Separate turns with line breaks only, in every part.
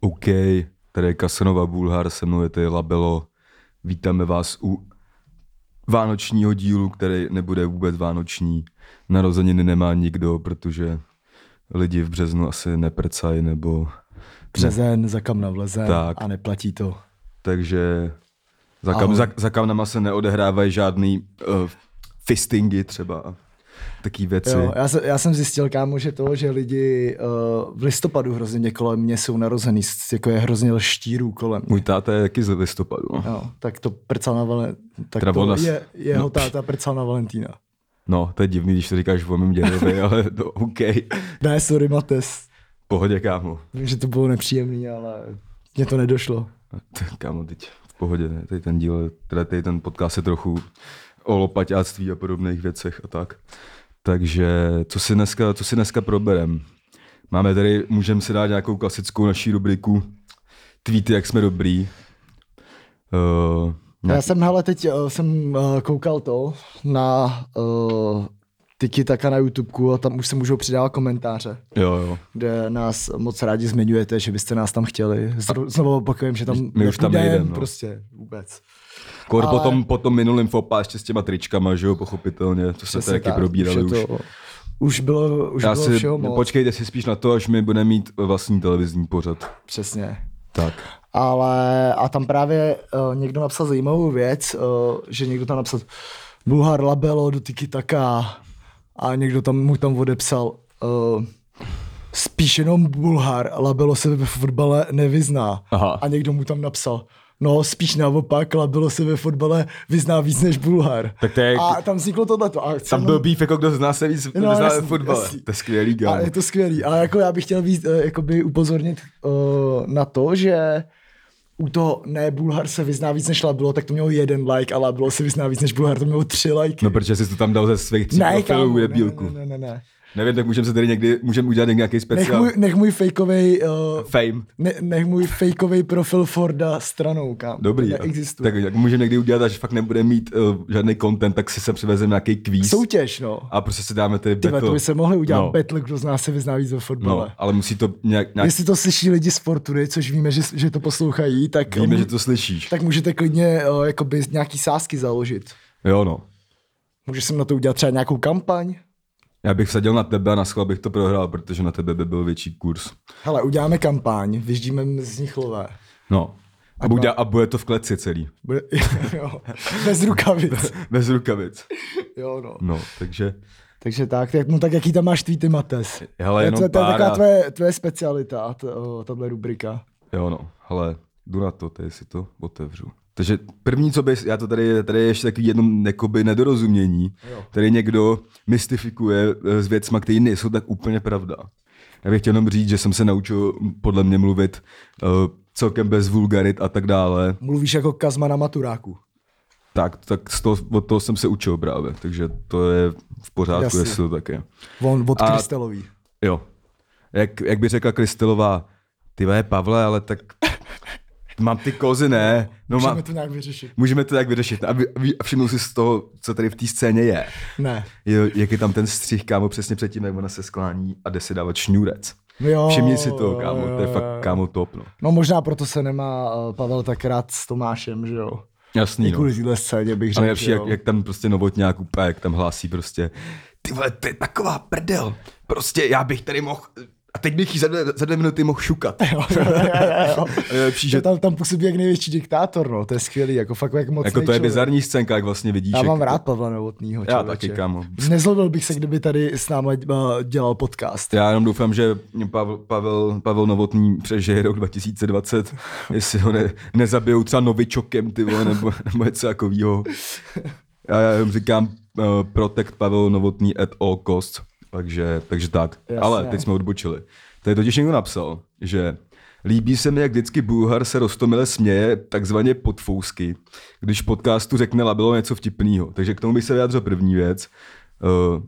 OK, tady je Kasanova Bulhar, se mnou je tady Labelo. Vítáme vás u vánočního dílu, který nebude vůbec vánoční. Narozeniny nemá nikdo, protože lidi v březnu asi neprcají nebo...
Březen, za kam navleze
Hmm. Tak.
a neplatí to.
Takže za, kam,
Ahoj.
za, za kamnama se neodehrávají žádný uh, fistingy třeba a taký věci.
Jo, já, se, já jsem zjistil, kámo, že to, že lidi uh, v listopadu hrozně mě kolem mě jsou narozený, s- jako je hrozně lštírů kolem mě.
Můj táta je taky z listopadu. No.
Jo, tak to prcal na valen... tak
Teda on
to
nas-
je, jeho
no.
táta prcal na Valentína.
no, to je divný, když to říkáš o mým dědovi, ale no, OK.
Ne, sorry, Mates.
Pohodě, kámo.
Vím, že to bylo nepříjemné, ale mně to nedošlo.
Tak, Kámo, teď v pohodě, ne? Tady ten díl, teda tady ten podcast je trochu o lopaťáctví a podobných věcech a tak. Takže co si dneska, co si dneska proberem? Máme tady, můžeme si dát nějakou klasickou naší rubriku tweety, jak jsme dobrý. Uh,
Já jsem, hele, teď uh, jsem uh, koukal to na uh, Tiki Taka na YouTubeku a tam už se můžou přidávat komentáře.
jo, jo.
kde nás moc rádi zmiňujete, že byste nás tam chtěli. Zro- Znovu opakujem, že tam
My už tam
nepůjdem,
nejdem, no.
Prostě vůbec.
Kor
Ale-
ale... potom, potom minulým fopa ještě s těma tričkama, že jo, pochopitelně, to se
Přesně
tady taky
tak,
probírali
už.
už.
je To, už bylo, už
Já
bylo
si,
všeho moc.
počkejte si spíš na to, až my budeme mít vlastní televizní pořad.
Přesně.
Tak.
Ale a tam právě uh, někdo napsal zajímavou věc, uh, že někdo tam napsal Bulhar Labelo do Tiki Taka a někdo tam mu tam odepsal uh, spíš jenom Bulhar, Labelo se ve fotbale nevyzná.
Aha.
A někdo mu tam napsal No, spíš naopak, Labelo se ve fotbale vyzná víc než Bulhar.
Tak to je-
A tam vzniklo tohleto. A chci
Tam
jenom-
byl býv, jako kdo z nás se víc no,
No,
zná
jasný,
jasný, fotbale.
jasný.
Jasný. To je skvělý, no.
a
gámo.
je to skvělý, ale jako já bych chtěl víc, eh, jakoby upozornit uh, na to, že u toho ne, Bulhar se vyzná víc než Labilo, tak to mělo jeden like, a Labilo se vyzná víc než Bulhar, to mělo tři like.
No, protože jsi to tam dal ze svých tří
ne, kámo,
profilů
ne,
debílku.
ne, ne, ne, ne.
Nevím, tak můžeme se tady někdy, můžeme udělat někdy nějaký
Nech
speciál.
můj, nech můj fejkovej, uh,
Fame.
ne, nech můj fejkovej profil Forda stranou, kámo.
Dobrý.
To neexistuje.
Tak jak můžeme někdy udělat, až fakt nebude mít uh, žádný content, tak si sem přivezeme nějaký kvíz.
Soutěž, no.
A prostě si dáme tady
Tyve,
battle.
to by se mohli udělat
no,
battle, kdo z nás se vyzná víc ve fotbale.
No, ale musí to nějak, nějak
Jestli to slyší lidi z Fortuny, což víme, že, že to poslouchají, tak
víme, že to slyšíš.
tak můžete klidně uh, jakoby nějaký sázky založit.
Jo, no.
Můžeš sem na to udělat třeba nějakou kampaň.
Já bych vsadil na tebe a na schvál bych to prohrál, protože na tebe by byl větší kurz.
Hele, uděláme kampaň, vyždíme z nich lové.
No. A, bude, a bude to v kleci celý.
Bude, jo, bez rukavic.
Bez rukavic.
Jo, no.
No, takže
Takže tak, tak, no tak jaký tam máš tweety, Mates?
Hele,
To je-
jenom
to, je- to je
pár
taková
a-
tvoje, tvoje specialita, t, o, tahle rubrika.
Jo no, hele, jdu na to, tady si to otevřu. Takže první, co bys, já to tady, tady je ještě takový jedno jakoby nedorozumění,
Jo.
tady někdo mystifikuje eh, s věcma, které nejsou tak úplně pravda. Já bych chtěl jenom říct, že jsem se naučil podle mě mluvit uh, celkem bez vulgarit a tak dále.
Mluvíš jako kazma na maturáku.
Tak, tak z toho, od toho jsem se učil právě, takže to je v pořádku,
Jasně.
jestli to tak je.
On od
A-
Krystelový.
Jo. Jak, jak by řekla Kristelová, ty vole, Pavle, ale tak mám ty kozy, ne? No,
Můžeme
mám,
to nějak vyřešit.
Můžeme to tak vyřešit. A, vy, a všimnu si z toho, co tady v té scéně je.
Ne.
Jo, jak je tam ten střih, kámo, přesně předtím, jak ona se sklání a jde si dávat šňůrec.
Jo,
Všimni si to, kámo,
jo,
to je
jo,
fakt,
jo.
kámo, top, no.
No možná proto se nemá eh, Pavel tak rád s Tomášem, že jo?
Jasný, no.
Kvůli téhle scéně bych
A
řekl,
nejlepší,
že jo.
jak, jak, tam prostě novotňák úplně, jak tam hlásí prostě, ty vole, to je taková prdel, prostě já bych tady mohl, a teď bych jí za dvě, za dvě minuty mohl šukat. Jako
Jo, jo, jo,
A
jo.
nejlepší,
že
že
tam, tam působí jak největší diktátor, no, to je skvělý, jako fakt jak moc
jako to je
člověk.
bizarní scénka, jak vlastně vidíš.
Já
jak-
mám rád Pavla Novotnýho,
Já
člověče.
taky, kámo.
Nezlobil bych se, kdyby tady s náma eh, dělal podcast.
Já jenom doufám, že Pavel, Pavel, Pavel Novotný přežije rok 2020, jestli ho ne, nezabijou třeba novičokem, ty vole, nebo, nebo něco takového. Já, já jenom říkám uh, protect Pavel Novotný at all cost, takže, takže tak.
Jasně.
Jasně. Ale teď jsme odbočili. Tady totiž někdo napsal, že líbí se mi, jak vždycky Bulhar se rostomile směje, takzvaně podfousky, když v podcastu řekne labilo něco vtipného. Takže k tomu bych se vyjádřil první věc. Uh,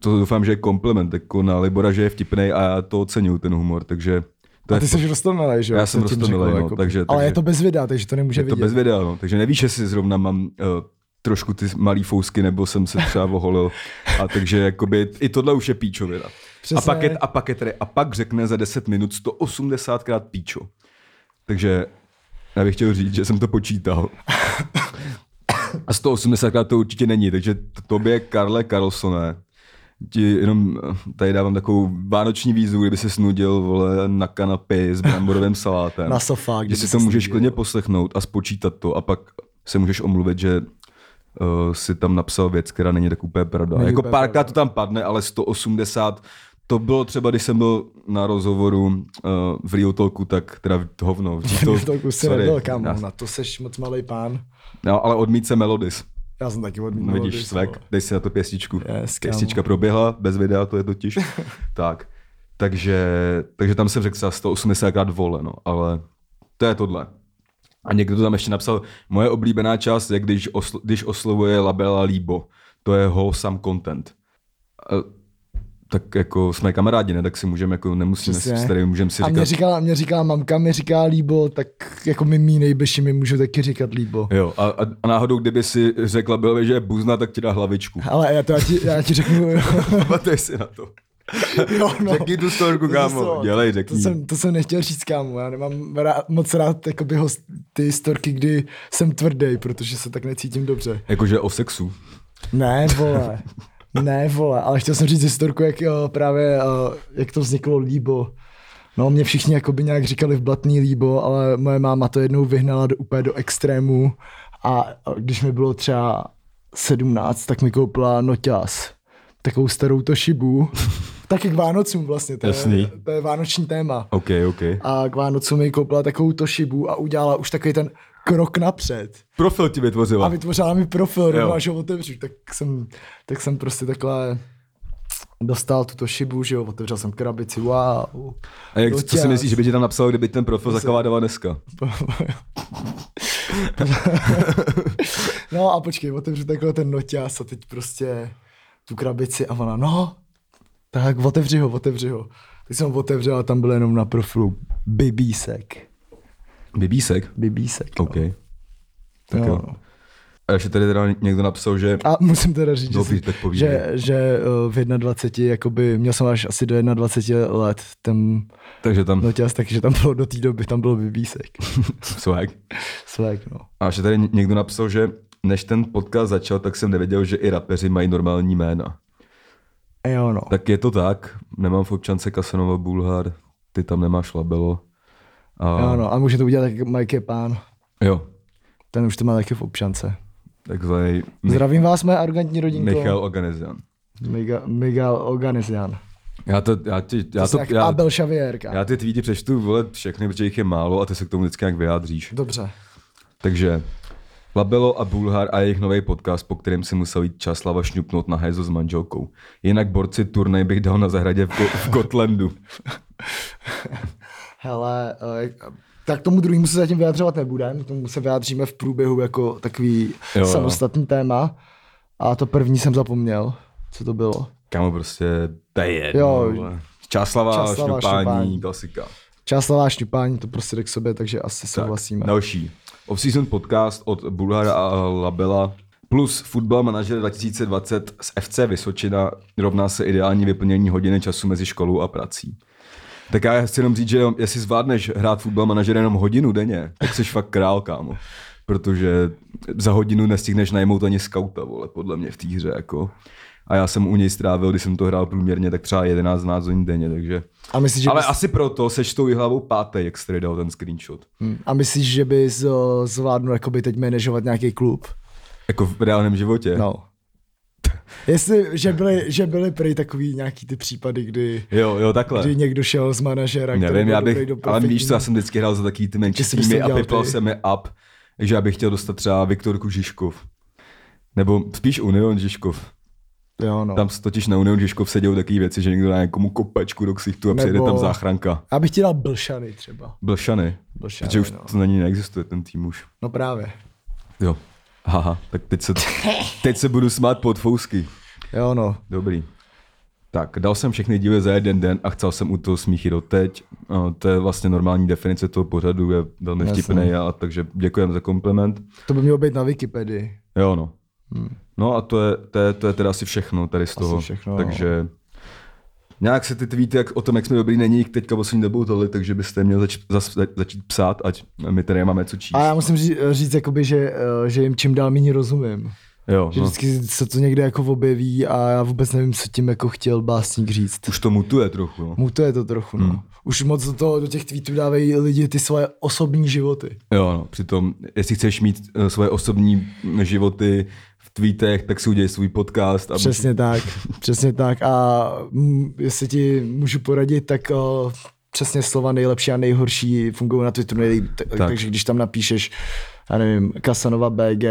to doufám, že je kompliment jako na Libora, že je vtipnej a já to oceňuju, ten humor, takže to
A
je
ty jsi roztomilej, že jo?
Já jsem
Co tím
roztomilej,
řekl, jako-
no, takže-
Ale
takže-
je to bez videa, takže to nemůže
je to
vidět.
bez videa, no. takže nevíš, jestli zrovna mám uh, trošku ty malý fousky, nebo jsem se třeba oholil. A takže jakoby, i tohle už je píčovina.
Přesně.
A pak, je, a, pak je tady, a pak řekne za 10 minut 180krát píčo. Takže já bych chtěl říct, že jsem to počítal. A 180krát to určitě není, takže t- tobě, Karle Karlsone, ti jenom eh, tady dávám takovou vánoční výzvu, kdyby se snudil vole, na kanapě s bramborovým salátem.
Na sofách,
Že
kdyby
si to
ses
můžeš
snudil.
klidně poslechnout a spočítat to a pak se můžeš omluvit, že uh, si tam napsal věc, která není tak úplně pravda.
Není
jako
úplně
párkrát to tam padne, ale 180, to bylo třeba, když jsem byl na rozhovoru uh, v Real Talku, tak teda v- hovno. V G-Talku,
to, to si
sorry.
nebyl kam,
Já-
na to seš moc malý pán.
No, ale odmít se Melodis.
Já jsem taky
No,
odmínul.
vidíš, svek, dej si na to pěstičku.
Yes, kámo.
Pěstička proběhla, bez videa to je totiž. tak, takže, takže tam jsem řekl třeba 180 krát vole, no, ale to je tohle. A někdo to tam ještě napsal, moje oblíbená část je, když, oslo, když oslovuje Labela Líbo. To je ho sam content. A, tak jako jsme kamarádi, ne? Tak si můžeme, jako nemusíme,
Přesně.
s kterým můžeme si
A
říkat.
mě říkala, mě říkala mamka, mi říká líbo, tak jako mi mý nejbeši mi můžu taky říkat líbo.
Jo, a, a, a, náhodou, kdyby si řekla Belovi, že je buzna, tak ti dá hlavičku.
Ale já, to, já, ti, já ti řeknu, jo,
Pamatuješ si na to.
jo no.
Řekni tu storku,
To
kámo.
jsou-
Dělej,
To
řekni.
jsem, to jsem nechtěl říct, kámo. Já nemám rád, moc rád jakoby, host, ty storky, kdy jsem tvrdý, protože se tak necítím dobře.
Jakože o sexu.
Ne, vole. Ne, vole, ale chtěl jsem říct historku, jak jo, právě, eh, jak to vzniklo líbo. No, mě všichni jakoby nějak říkali v blatný líbo, ale moje máma to jednou vyhnala do, úplně do extrému a a když mi bylo třeba 17, tak mi koupila noťas. Takovou starou Toshibu. Taky k Vánocům vlastně, to je,
Jasný.
to je vánoční téma.
OK, OK.
A k Vánocům mi koupila takovou Toshibu a udělala už takový ten krok napřed.
Profil ti vytvořila.
A vytvořila mi profil, rovnou
Jo.
až ho otevřu, tak jsem, tak jsem prostě takhle dostal tuto šibu, že jo, otevřel jsem krabici, wow.
A jak, co si
Doťaz.
myslíš, že by ti tam napsal, kdyby ten profil zakavádala dneska?
No a počkej, otevřu takhle ten noťaz a teď prostě tu krabici a ona, no, tak otevři ho, otevři ho. Tak jsem ho otevřel a tam byl jenom na profilu bibísek.
Bibísek?
Bibísek.
OK. Tak
Jo,
jo.
no.
A ještě tady teda někdo napsal, že...
A musím teda říct,
No,
že, jsem-
tak povídej.
že, že eh, v 21, jakoby, měl jsem až asi do 21 let ten
Takže tam
No tělas taky, že tam bylo do té doby, tam byl vybísek.
swag.
Svek, no.
A ještě tady někdo napsal, že než ten podcast začal, tak jsem nevěděl, že i rapeři mají normální jména.
E, Jo, no.
Tak je to tak. Nemám v občance Kasanova Bulhar, ty tam nemáš labelo. A,
Jo, no. A může to udělat tak Mike Pán.
jo,
Ten už to má taky v občance.
takzvaný
No
Mi-
Zdravím vás, moje arrogantní rodinko.
Michal Organizian.
Miga, Miguel Oganizian.
Já to, já ti, já
Já
to,
to, jak
já,
Abel Xavier, kámo.
Já ty tweety přečtu, vole, všechny, protože jich je málo a ty se k tomu vždycky nějak vyjádříš.
Dobře.
Takže Labelo a Bulhar a jejich nový podcast, po kterém si musel jít Časlava šňupnout na hajzo s manželkou. Jinak borci turnej bych dal na zahradě v, Ko- v Gotlandu.
Hele, eh, jak- tak tomu druhému se zatím vyjadřovat nebudem, k tomu se vyjádříme v průběhu jako takový
Jo,
jo,
jo.
samostatný téma. A to první jsem zapomněl, co to bylo.
Kámo, prostě, to je jedno.
Jo.
vole. Časlava,
Časlava,
Časlava šňupání,
šňupání.
šňupání, klasika.
Čáslavá šňupání, to prostě jde k sobě, takže asi souhlasíme.
Další. Off-season podcast od Bulhara a Labela plus Football Manager 2020 z FC Vysočina rovná se ideální vyplnění hodiny času mezi školou a prací. Tak já chci jenom říct, že jestli zvládneš hrát Football Manager jenom hodinu denně, tak jsi fakt král, kámo. Protože za hodinu nestihneš najmout ani skauta, vole, podle mě v té hře, jako. A já jsem u něj strávil, když jsem to hrál průměrně, tak třeba 11-12 hodin denně, takže...
A myslíš, že
Ale
bys-
asi proto seš tou hlavou páté, jak jsi tady dal ten screenshot.
Hmm. A myslíš, že bys o, zvládnul jakoby teď manažovat nějaký klub?
Jako v reálném životě?
No. Jestli, že byly, že byly prý takový nějaký ty případy, kdy,
Jo, jo, takhle.
kdy někdo šel z manažera, který
Nevím,
byl
já bych,
dobrý do
ale víš co, já
perfektní-
jsem vždycky hrál za takový ty menší
Že jsi bys to
týmy a
dělal
vypal
ty.
jsem je up, že já bych chtěl dostat třeba Viktorku Žižkov. Nebo spíš Union Žižkov.
Jo, no.
Tam se totiž na Union Žižkov se dějou takové věci, že někdo dá někomu kopačku do ksichtu a
Nebo-
přijede tam záchranka.
Já bych ti dal Blšany třeba.
Blšany.
Blšany,
protože už
no.
to na ní neexistuje, ten tým už.
No právě.
Jo. Haha, tak teď se, teď se budu smát pod fousky.
Jo, no.
Dobrý. Tak, dal jsem všechny díly za jeden den a chcel jsem u toho smíchy doteď. Eh, To je vlastně normální definice toho pořadu, je velmi
Jasně.
vtipný, a, takže děkujeme za kompliment.
To by mělo být na Wikipedii.
Jo, no.
Hmm.
No a to je, to je, to je teda asi všechno tady z toho.
všechno, no.
takže nějak se ty tweety jak, o tom, jak jsme dobrý není, teďka poslední dobou tohle, takže byste měl zač, zas, začít psát, ať my tady máme co číst.
A já musím říct, říct jakoby, že, eh, že jim čím dál méně rozumím.
Jo,
Že
no.
vždycky se to někde jako objeví a já vůbec nevím, co tím jako chtěl básník říct.
Už to mutuje trochu. No.
Mutuje to trochu, no. Už moc do, toho, do těch tweetů dávají lidi ty svoje osobní životy.
Jo, no, přitom, jestli chceš mít eh, svoje osobní životy v tweetech, tak si udělej svůj podcast. A
Přesně tak, přesně tak. A mm, jestli ti můžu poradit, tak o, přesně slova nejlepší a nejhorší fungují na Twitteru. nejlíp. T- tak. Takže když tam napíšeš, já nevím, Kasanova BG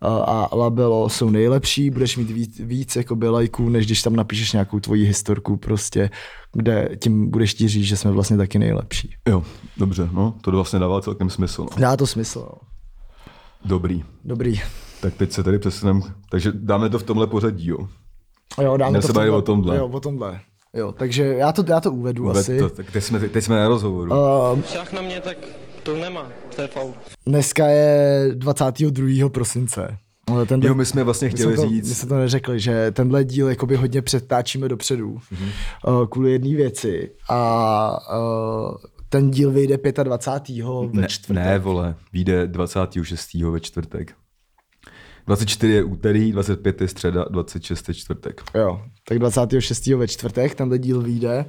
a- a Labelo jsou nejlepší, budeš mít víc, víc jakoby lajků, než když tam napíšeš nějakou tvoji historku prostě, kde tím budeš ti říct, že jsme vlastně taky nejlepší.
Jo, dobře, no, to vlastně dává celkem smysl. No.
Dá to smysl. no.
Dobrý,
Dobrý.
tak teď se tady přesuneme, takže dáme to v tomhle pořadí, jo.
Jo, dáme
Měl
to
se
v
bavit o tomhle.
Jo, o tomhle. Jo, takže já to, já to uvedu, asi.
To, tak teď jsme, teď jsme na rozhovoru.
Uh,
Šach na mě tak to nemá, to je faul.
dneska je 22. prosince. Ale tenhle,
Jo, my jsme vlastně
my
chtěli
jsme to,
říct-
My jsme to neřekli, že tenhle díl jakoby hodně přetáčíme dopředu
Mhm.
mm-hmm. uh, kvůli jedné věci. A uh, ten díl vyjde 25. ve
ne,
čtvrtek.
ne, vole, vyjde 26. ve čtvrtek. 24 je úterý, 25 je středa, 26 je čtvrtek.
Jo, tak 26. ve čtvrtek tenhle díl vyjde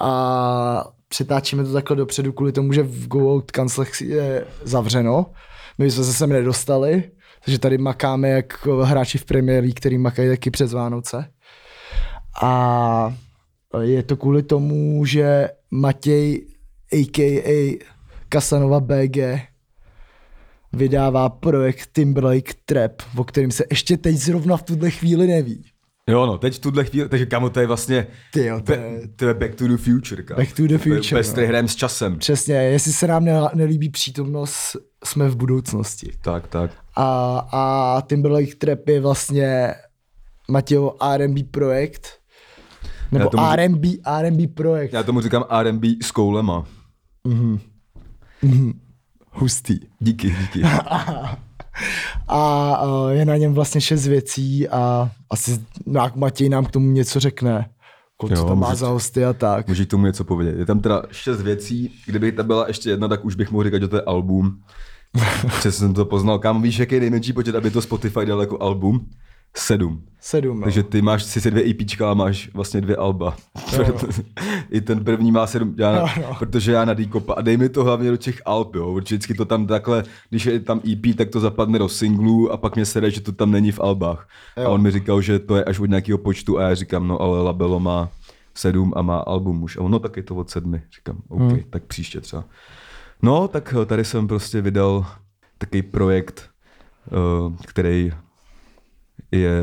a přetáčíme to takhle dopředu kvůli tomu, že v Go Out Kanclech je zavřeno. My jsme se sem nedostali, takže tady makáme jak hráči v Premier League, který makají taky přes Vánoce. A je to kvůli tomu, že Matěj a.k.a. Kasanova BG vydává projekt Timberlake Trap, o kterém se ještě teď zrovna v tuhle chvíli neví.
Jo, no, teď v tuhle chvíli, takže kamo, to je vlastně
Ty jo, to
be,
je-
to je back to the future, kámo.
Back to the
To je úplně
future, no.
s trhnem s časem.
Přesně, jestli se nám ne- nelíbí přítomnost, jsme v budoucnosti.
Tak, tak.
A, a Timberlake Trap je vlastně Matějov R&B projekt, nebo
Já tomu-
R&B, R&B projekt.
Já tomu říkám R&B s koulema.
Hustý.
Díky, díky.
A uh, je na něm vlastně šest věcí a asi nějak Matěj nám k tomu něco řekne. Kolik
Jo,
to tam má
můžete.
za hosty a tak.
Můžeš k tomu něco povědět. Je tam teda šest věcí, kdyby tam byla ještě jedna, tak už bych mohl říkat, že to je album. Přesně jsem to poznal. Kam víš, jaký je nejmenší počet, aby to Spotify dal jako album? Sedm.
Sedm. no.
Takže ty máš sice dvě IPčka a máš vlastně dvě alba. Proto, I ten první má sedm, já,
Jo,
no,
no.
no. protože já na D-kopa. A dej mi to hlavně do těch alb, jo. Protože vždycky to tam takhle, když je tam EP, tak to zapadne do singlů a pak mě sere, že to tam není v albách. Jo. A on mi říkal, že to je až od nějakého počtu a já říkám, no ale Labelo má sedm a má album už. A on, no tak je to od sedmi. Říkám, OK, hmm. tak příště třeba. No, tak eh, tady jsem prostě vydal takový projekt, eh, který je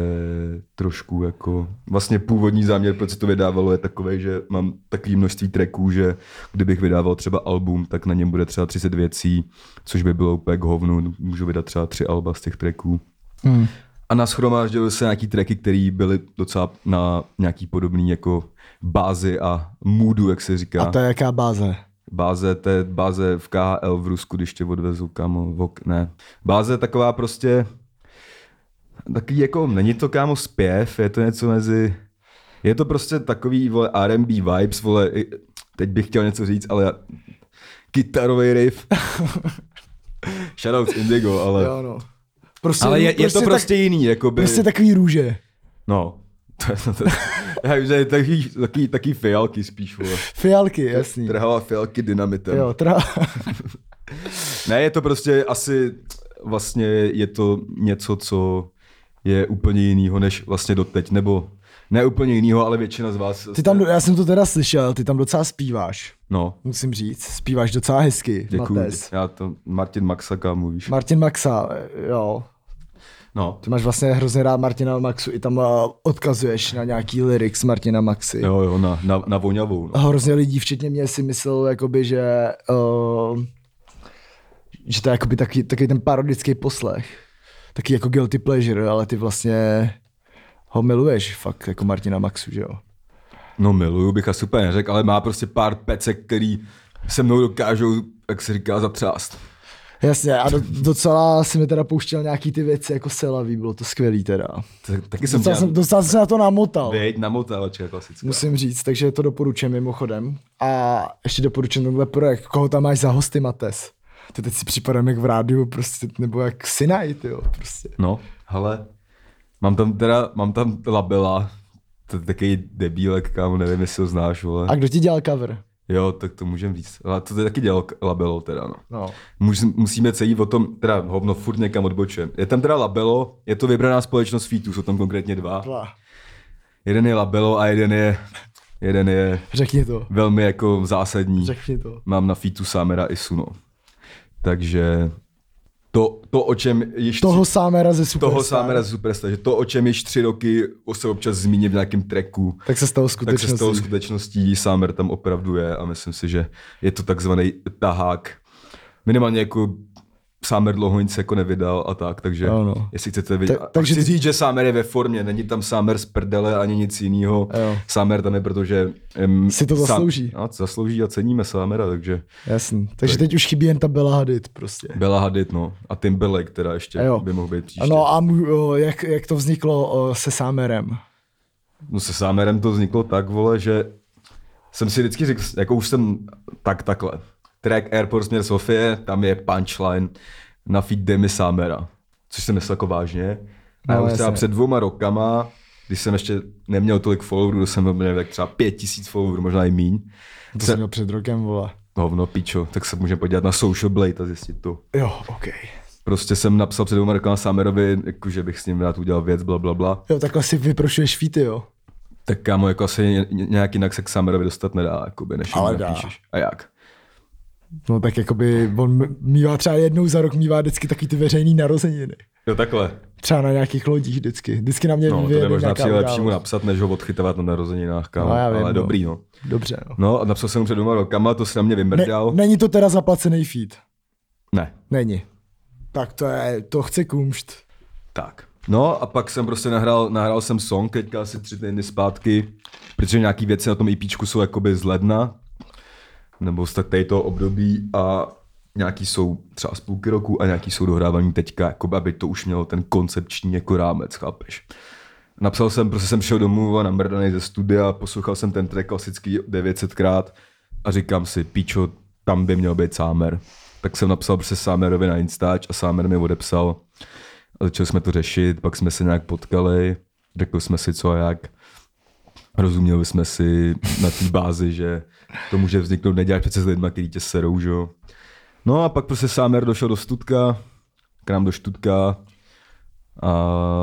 trošku jako, vlastně původní záměr, proč se to vydávalo, je takový, že mám takový množství tracků, že kdybych vydával třeba album, tak na něm bude třeba 30 věcí, což by bylo úplně k hovnu, můžu vydat třeba tři alba z těch tracků.
Hmm.
A nashromáždily se nějaký tracky, které byly docela na nějaký podobný jako bázi a moodu, jak se říká.
A to je jaká báze?
Báze, to je báze v KHL v Rusku, když tě odvezu kámo, vok, ne. Báze je taková prostě, takový jako, není to kámo zpěv, je to něco mezi, je to prostě takový, vole, R&B vibes, vole, i- teď bych chtěl něco říct, ale já, kytarový riff. Shoutouts Indigo, ale,
Jo, no. Prostě,
Eh. ale je, je to
tak-
prostě jiný, jakoby.
Prostě takový růže.
No, to, je- to, to, já vím, že je takový, takový, takový fialky spíš, vole.
Fialky, jasný.
Trhala fialky dynamitem.
Jo, tra...
Ne, je to prostě asi vlastně je to něco, co je úplně jinýho než vlastně doteď, nebo ne úplně jinýho, ale většina z vás.
Ty tam, já jsem to teda slyšel, ty tam docela zpíváš,
No,
musím říct. Zpíváš docela hezky,
děkuji.
Mates.
Já to, Martin Maxaka mluvíš.
Martin Maxa, jo.
No,
Ty máš vlastně hrozně rád Martina Maxu, i tam uh, odkazuješ na nějaký lyrics Martina Maxy.
jo, jo, na, na, na voňavou. No.
A Hrozně lidí, včetně mě, si myslel, jakoby, že, uh, že to je jakoby taky, taky ten parodický poslech. Taky jako guilty pleasure, ale ty vlastně ho miluješ fakt jako Martina Maxu, že jo?
no miluju bych asi úplně neřekl, ale má prostě pár pecek, který se mnou dokážou, jak se říká, zatřást.
Jasně, a do, docela si mi teda pouštěl nějaký ty věci jako selaví, bylo to skvělý teda.
Tak- Taky jsem
Docela
dělal.
jsem, docela jsem se na to namotal.
Věď, namotávače klasická.
Musím říct, takže to doporučuji mimochodem. A ještě doporučuji tenhle projekt, koho tam máš za hosty, Mates. To teď si připadám jak v rádiu, prostě, nebo jak Sinaj, jo, prostě.
No, hele, mám tam teda, mám tam labela, to je takový debílek, kámo, nevím, jestli ho znáš, vole.
A kdo ti dělal cover?
Jo, tak to můžem říct. Ale to je taky dělal k- labelo teda, no.
No.
Mus, musíme celý o tom, teda hovno, furt někam odbočujem. Je tam teda labelo, je to vybraná společnost featů, jsou tam konkrétně dva.
Dva.
Jeden je labelo a jeden je, jeden je
Řekni to,
velmi jako zásadní.
řekni to.
Mám na featu Samera i Suno. no. Takže to, to o čem již...
Toho sámera ze Superstar.
toho Samera z Superstar, že to, o čem již tři roky se občas zmíní v nějakém tracku,
Tak se stalo
tak se stalo
skutečností.
skutečností, Samer tam opravdu je a myslím si, že je to takzvaný tahák. Minimálně jako Samer dlouho nic jako nevydal a tak, takže
Ano.
jestli chcete vidět.
Ta-
Ta,
takže
takže chci
ty-
říct, že Samer je ve formě, není tam Samer z prdele ani nic jiného.
Jo.
Samer tam je, protože... Um,
Si to zaslouží.
Sam, no, zaslouží a ceníme Samera, takže
Jasný. Takže teď už chybí jen ta Bella Hadid prostě.
Bela Hadid, no. A Timberlake teda ještě
A jo. No,
by mohl být příště.
Ano a mu, o, jak, jak to vzniklo o, se sámerem?
No se Sámerem to vzniklo tak, vole, že jsem si vždycky řekl, jako už jsem tak takhle. Track Airport směr Sofie, tam je punchline na feed Demi Sámera, což jsem myslel jako vážně. A
No,
no, už třeba
jasně.
před dvouma rokama, když jsem ještě neměl tolik followerů, jsem měl tak třeba pět tisíc followerů, možná i míň.
To
Se-
jsem měl před rokem, vole.
Hovno, pičo, tak se můžeme podívat na Social Blade a zjistit to
Jo, OK.
prostě jsem napsal před dvěma rokama Samerovi, jako, že bych s ním rád udělal věc, bla, bla, bla.
Jo, takhle si vyprošuješ víty, jo.
Tak kámo, jako asi ně- nějak jinak se k Samerovi dostat nedá, jakoby, než jim
Ale dá.
napíšeš. A jak?
No tak jakoby on m- mívá třeba jednou za rok, mívá vždycky takový ty veřejný narozeniny.
Jo, takhle.
Třeba na nějakých lodích vždycky. Vždycky na mě
No, to
vyjede
je možná
nějaká
přijde lepší mu
událost.
napsat, než ho odchytávat na narozeninách, kámo.
No, já vím,
Ale
no.
dobrý, no.
Dobře, no.
No a napsal jsem mu před dvěma rokama, to se na mě
Ne,
vymrdal.
není to teda zaplacený feed.
ne.
Není. Tak to je, to chce kumšt.
Tak. No a pak jsem prostě nahrál, nahrál jsem song teďka asi tři týdny zpátky, protože nějaký věci na tom EPčku jsou jakoby z ledna, nebo z tak tady toho období a nějaký jsou třeba z půlky roku a nějaký jsou dohrávaný teďka, jakoby, aby to už mělo ten koncepční jako rámec, chápeš? Napsal jsem, prostě jsem šel domů a namrdaný ze studia, poslouchal jsem ten track klasický 900krát a říkám si, píčo, tam by měl být Sámer. Tak jsem napsal prostě Sámerovi na Instač a Sámer mi odepsal a začali jsme to řešit, pak jsme se nějak potkali, řekli jsme si co a jak. Rozuměli jsme si na té bázi, že to může vzniknout, neděláš přece s lidma, který tě serou, že jo. No a pak prostě Sámer došel do Stutka, k nám do Štutka a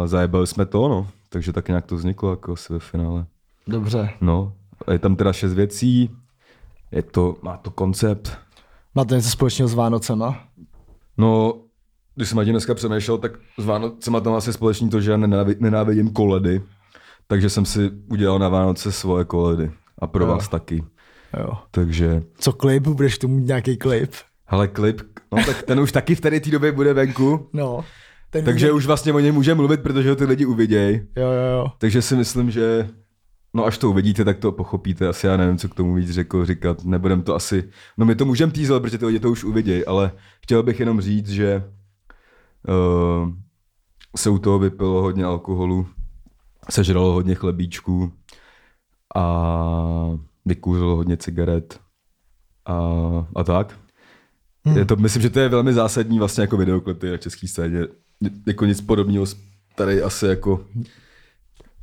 zajebali jsme to, no. Takže tak nějak to vzniklo jako asi ve finále.
Dobře.
No, a je tam teda šest věcí, je to, má to koncept,
Máte něco společného s Vánocema?
No, když jsem nad tím dneska přemýšlel, tak s Vánocema tam asi společný to, že já nenávi- nenávidím koledy, takže jsem si udělal na Vánoce svoje koledy a pro
Jo.
vás taky.
Jo.
Takže,
Co klip? Budeš tu mít nějaký klip?
hele, klip, no tak ten už taky v tady té době bude venku,
No. Ten
takže už vlastně o něm můžeme mluvit, protože ho ty lidi uvidějí.
Jo, jo, jo.
Takže si myslím, že no až to uvidíte, tak to pochopíte. Asi já nevím, co k tomu víc řekl, říkat. Nebudem to asi... No my to můžeme týzovat, protože ty lidi to už uvidějí, ale chtěl bych jenom říct, že uh, se u toho vypilo hodně alkoholu, sežralo hodně chlebíčků a vykouřilo hodně cigaret a, a tak. Hmm. Je to, myslím, že to je velmi zásadní vlastně jako videoklipy na české scéně. Jako nic podobného tady asi jako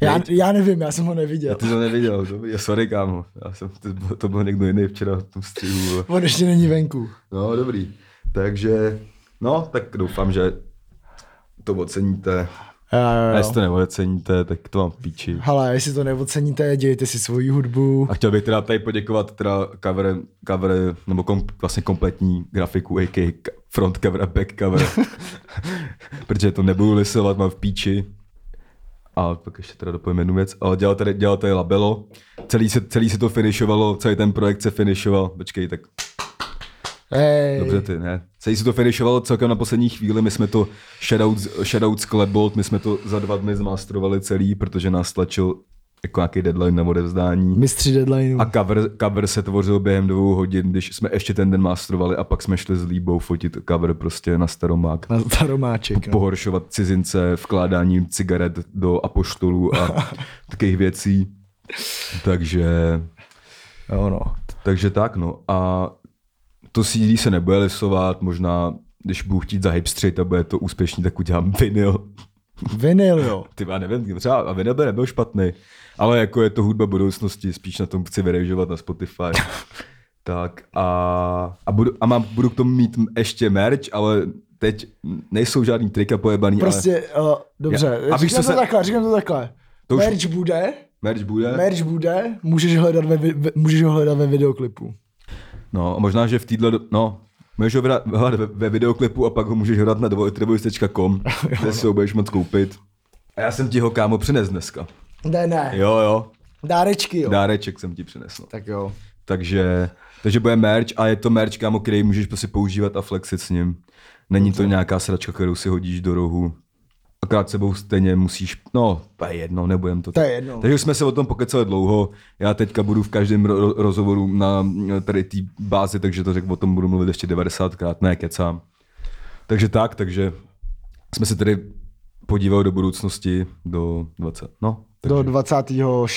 Já, já nevím, já jsem ho neviděl.
já ty to neviděl, to je sorry kámo, já jsem, to, byl- to byl někdo jiný včera v tom střihu. vole.
On ještě není venku.
No dobrý, takže no, tak doufám, že to oceníte.
Jo, jo,
A
jo.
jestli to neoceníte, tak to mám v píči.
Hele, jestli to neoceníte, dějte si svoji hudbu.
A chtěl bych teda tady poděkovat teda cover, cover nebo kom, vlastně kompletní grafiku, a.k. front cover a back cover. Protože to nebudu lisovat, mám v píči. A pak ještě teda dopovím jednu věc. Ale dělal tady, dělal tady labelo. Celý se, celý se to finišovalo, celý ten projekt se finišoval. Počkej, tak
Hej.
Dobře ty, ne. Celý se to finišovalo celkem na poslední chvíli, my jsme to shoutout, shoutout z Klebold, my jsme to za dva dny zmástrovali celý, protože nás tlačil jako nějaký deadline na odevzdání.
Mistři deadlineu.
A cover, cover se tvořil během dvou hodin, když jsme ještě ten den masterovali a pak jsme šli s Líbou fotit cover prostě na staromák.
Na taromáček. No.
Pohoršovat cizince vkládáním cigaret do apoštolů a takových věcí. Takže,
Jo, no.
takže tak no. A to CD se nebude lisovat, možná když budu chtít zahipstřit a bude to úspěšný, tak udělám vinyl.
Vinyl, jo.
Ty já nevím, třeba a vinyl by nebyl špatný, ale jako je to hudba budoucnosti, spíš na tom chci vyrežovat na Spotify. tak a, a, budu, a mám, budu k tomu mít ještě merch, ale teď nejsou žádný trika pojebaný, ale
Prostě, uh, dobře,
Já-
já,
abych
říkám to
se-
se... takhle, říkám to takhle.
To
To
už- Eh?
už... Merch bude,
merch bude.
merch bude, můžeš, hledat ve, vi- ve, můžeš ho hledat ve videoklipu.
No a možná, že v týdle, no, můžeš ho vrát- hrát ve, ve videoklipu a pak ho můžeš hrát na dvojtribojstečka.com, kde si ho budeš moc koupit. A já jsem ti ho kámo přines dneska.
Ne, ne,
Jo, jo,
dárečky, jo.
dáreček jsem ti přinesl.
Tak jo.
Takže, takže bude merch a je to merch, kámo, který můžeš prostě používat a flexit s ním. Není to nějaká sračka, kterou si hodíš do rohu. Akorát sebou stejně musíš, no, to je jedno, nebudem to.
To je jedno.
Takže už jsme se o tom pokecali dlouho. Já teďka budu v každém ro- rozhovoru na mm, tady té bázi, takže to řekl, o tom budu mluvit ještě 90krát, ne, kecám. Takže tak, takže jsme se tedy podívali do budoucnosti do 20, no, takže,
Do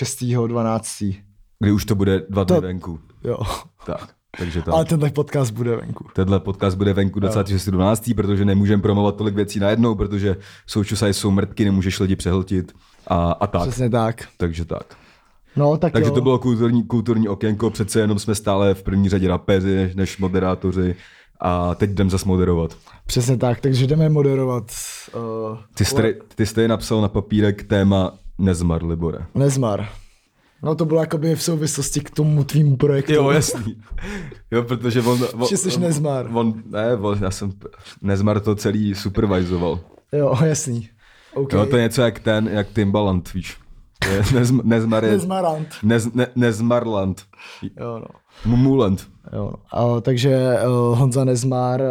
26.12.
kdy už to bude dva dny
To-
venku.
Jo.
Tak, takže tak.
Ale tenhle podcast bude venku.
Tenhle podcast bude venku 26.12., protože nemůžeme promovat tolik věcí najednou, protože současaj jsou mrtky, nemůžeš lidi přehltit a, a tak. Přesně.
Přesně tak.
Takže tak.
No, tak
Takže
jo.
to bylo kulturní, kulturní okénko, přece jenom jsme stále v první řadě rapeři než moderátoři a teď jdem zas moderovat.
Přesně tak, takže jdeme moderovat. Uh,
Ty jsi, tady, ty jsi tady napsal na papírek téma Nezmar, Libore.
Nezmar. No to bylo jakoby v souvislosti k tomu tvýmu projektu.
Jo, jasný. Jo, protože on... on
Že jsi Nezmar.
On, ne, on, já jsem Nezmar to celý supervizoval.
jo jasný. Okay.
Okay. Jo, No, to je něco jak ten, jak Timbaland, víš. To je Nez, nezmar je,
Nezmarant.
nez, ne, nezmarland.
Jo, no.
Mumuland.
Jo, no. A, takže uh, Honza Nezmar, uh,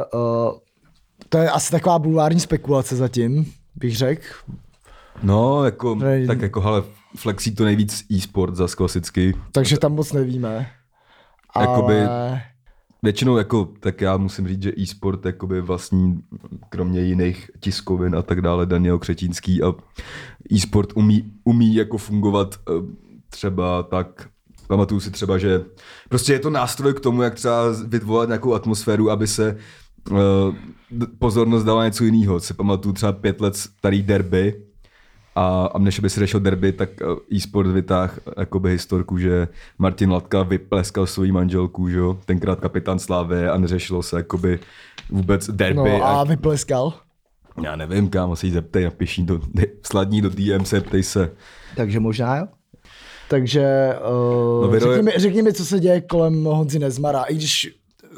to je asi taková bulvární spekulace zatím, bych řekl.
No, jako,
Ne-
tak jako, ale flexí to nejvíc e-sport zas klasicky.
Takže tam moc nevíme.
Jakoby-
Ale...
Většinou jako, tak já musím říct, že e-sport jakoby vlastní, kromě jiných tiskovin a tak dále, Daniel Křetínský a e-sport umí, umí jako fungovat eh, třeba tak, pamatuju si třeba, že prostě je to nástroj k tomu, jak třeba vytvořit nějakou atmosféru, aby se eh, d- pozornost dala něco jiného. Si pamatuju třeba pět let starý derby, a, a než by si řešil derby, tak eh, e-sport vytáh jakoby historku, že Martin Latka vypleskal svoji manželku, že jo, tenkrát kapitán Slávy a neřešilo se jakoby vůbec derby.
No a vypleskal.
Já nevím, kámo, se jí zeptej, napiš jí do, sladní do DM, se ptej se.
Takže možná jo. Takže
No,
uh, no,
Viro je-
řekni, mi, řekni mi, co se děje kolem Honzi Nezmara. I když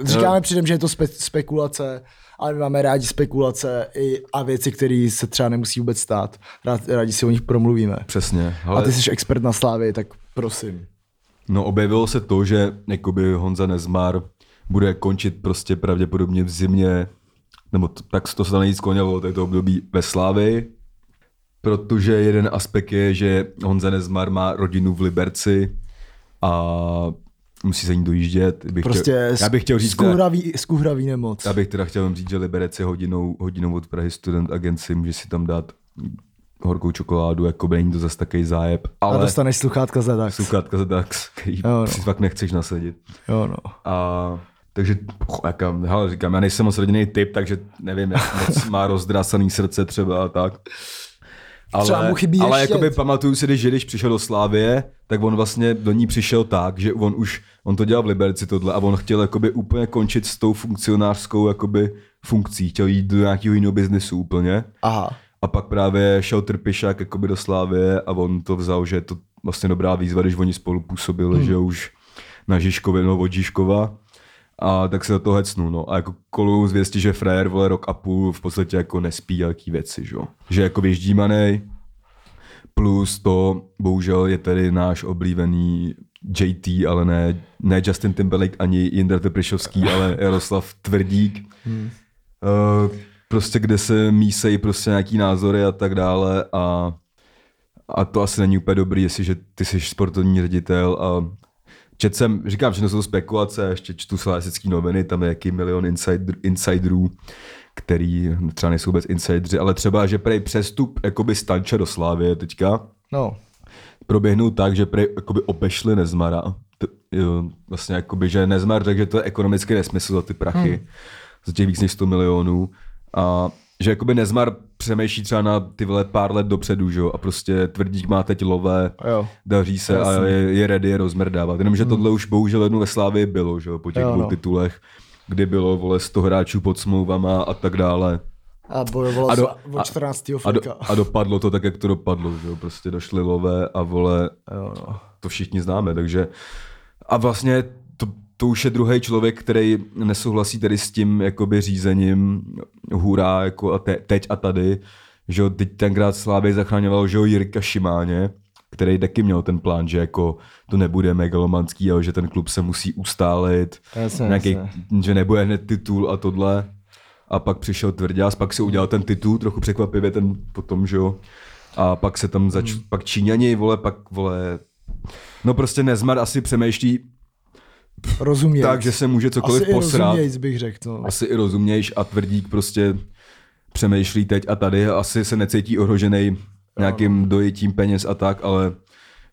říkáme no. předem, že je to spe- spekulace, ale my máme rádi spekulace i, a věci, které se třeba nemusí vůbec stát. Rád, rádi si o nich promluvíme.
Přesně.
Ale... A ty jsi expert na slávy, tak prosím.
No objevilo se to, že jakoby Honza Nezmar bude končit prostě pravděpodobně v zimě, nebo t- tak to se to nejvíc konilo, to je to období ve Slávy, protože jeden aspekt je, že Honza Nezmar má rodinu v Liberci a musí se ní dojíždět. Bych
Prostě
chtěl, já bych chtěl říct, teda-
skuhravý, skuhravý nemoc.
já bych teda chtěl jenom říct, že Liberec je hodinou, hodinou od Prahy student agency, může si tam dát horkou čokoládu, jako není to zase takový zájeb,
A
ale
dostaneš sluchátka za tak.
sluchátka za DAX, který
Jo, no.
si fakt nechceš nasadit.
Jo, no.
A takže jaká, hele, říkám, já nejsem moc rodinný typ, takže nevím, jak moc má rozdrásaný srdce třeba a tak. Ale,
Třeba mu chybí
ale
ještě.
jakoby pamatuju si, když, když přišel do Slávie, tak on vlastně do ní přišel tak, že on už, on to dělal v Liberci tohle a on chtěl jakoby úplně končit s tou funkcionářskou jakoby funkcí, chtěl jít do nějakého jiného biznesu úplně.
Aha.
A pak právě šel Trpišák jakoby do Slávie a on to vzal, že je to vlastně dobrá výzva, když oni spolu působili, hmm. že jo, už na Žižkově, no od Žižkova. A tak se do toho hecnu, no. A jako kolou zvěstí, že frajer, vole, rok a půl v podstatě jako nespí jaký věci, že jo. Že jako vyždímanej, plus to, bohužel je tady náš oblíbený JT, ale ne, ne Justin Timberlake ani Jindra Teprišovský, ale Jaroslav Tvrdík. Hmm. Eh, Uh, prostě kde se mísejí prostě nějaký názory a tak dále a, A to asi není úplně dobrý, jestliže ty jsi sportovní ředitel a čet jsem, říkám, že jsou spekulace, ještě čtu slavistické noviny, tam je jaký milion insider, insiderů, který no, třeba nejsou vůbec insidři, ale třeba, že prej přestup jakoby Stanče do Slávě teďka,
No,
proběhnul tak, že prej jakoby obešli Nezmara. T- jo, vlastně jakoby, že Nezmar řekl, že to je ekonomický nesmysl za ty prachy, hmm. za těch víc než 100 milionů. A že jakoby Nezmar přemýšlí třeba na ty vole pár let dopředu, že jo, a prostě tvrdík má teď lové,
Jo.
daří se a
Jasně.
je, je ready je rozmrdávat. Jenomže hmm. tohle už bohužel jednou ve Slávii bylo, že jo, po těch
Jo,
dvou
no.
titulech, kdy bylo, vole, 100 hráčů pod smlouvama a tak dále.
a bojovala
A do-
do, od 14.
A, do,
Frika.
a dopadlo to tak, jak to dopadlo, že jo? prostě došly lové a vole, jo, no. to všichni známe, takže a vlastně to, to už je druhý člověk, který nesouhlasí tedy s tím jakoby řízením hurá jako a te, teď a tady, že jo, teď tenkrát Slávě zachraňoval, že jo, Jirka Šimáně, který taky měl ten plán, že jako to nebude megalomanský, ale že ten klub se musí ustálit,
Jasně,
nějaký,
jasně.
že nebude hned titul a tohle. A pak přišel Tvrďás, pak si udělal ten titul, trochu překvapivě ten potom, že jo. A pak se tam zač... Hmm. Pak Číňani, vole, pak, vole... No prostě Nezmar asi přemýšlí
Rozumějíc.
tak, že se může cokoliv
Asi i
posrat.
rozumějíc bych řekl. No.
Asi i rozumějš a tvrdík prostě přemýšlí teď a tady. Asi se necítí ohrožený nějakým dojetím peněz a tak, ale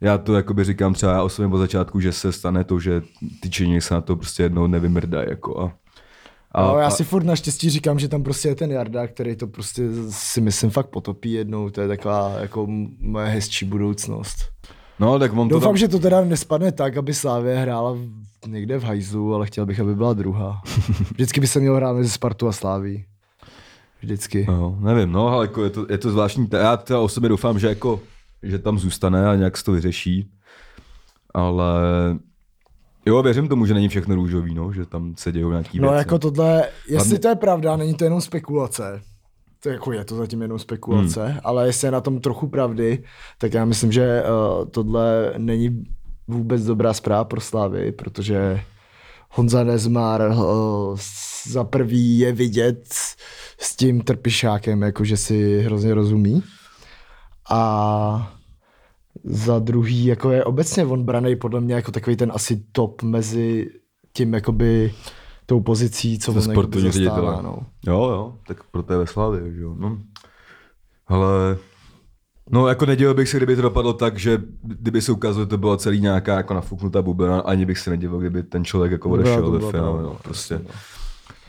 já to jakoby říkám třeba já o svém od začátku, že se stane to, že ty Číňani se na to prostě jednou nevymrdají. Jako a,
A, no, já si furt naštěstí říkám, že tam prostě je ten Jarda, který to prostě si myslím fakt potopí jednou. To je taková jako moje hezčí budoucnost.
No, tak on to
Doufám,
tam...
že to teda nespadne tak, aby Slávě hrála v- někde v hajzlu, ale chtěl bych, aby byla druhá. Vždycky by se měl hrát mezi Spartu a Sláví. Vždycky.
No, nevím, no, ale jako je, to, je to zvláštní. te- Já teda o sobě doufám, že, jako, že tam zůstane a nějak se to vyřeší. Ale jo, věřím tomu, že není všechno růžový, no, že tam se dějou nějaký
No
věci.
jako tohle, jestli
Hlavně-
to je pravda, není to jenom spekulace. To jako je to zatím jenom spekulace, hmm. ale jestli je na tom trochu pravdy, tak já myslím, že uh, tohle není vůbec dobrá zpráva pro Slávy, protože Honza Nezmar uh, s- za prvý je vidět s tím trpišákem, jakože si hrozně rozumí. A za druhý, jako je obecně on branej podle mě jako takový ten asi top mezi tím jakoby tou pozicí, co
Ze
on jakoby
sportovního
zastává.
ředitele.
No.
Jo, jo, tak pro té ve Slávě, že jo. No. Ale No, jako nedělal bych se, kdyby to dopadlo tak, že kdyby se ukázalo, že to byla celý nějaká jako nafuknutá bublina, ani bych se nedělal, kdyby ten člověk jako
Byla to
odešel
byla
ve finále,
pravda,
no, prostě.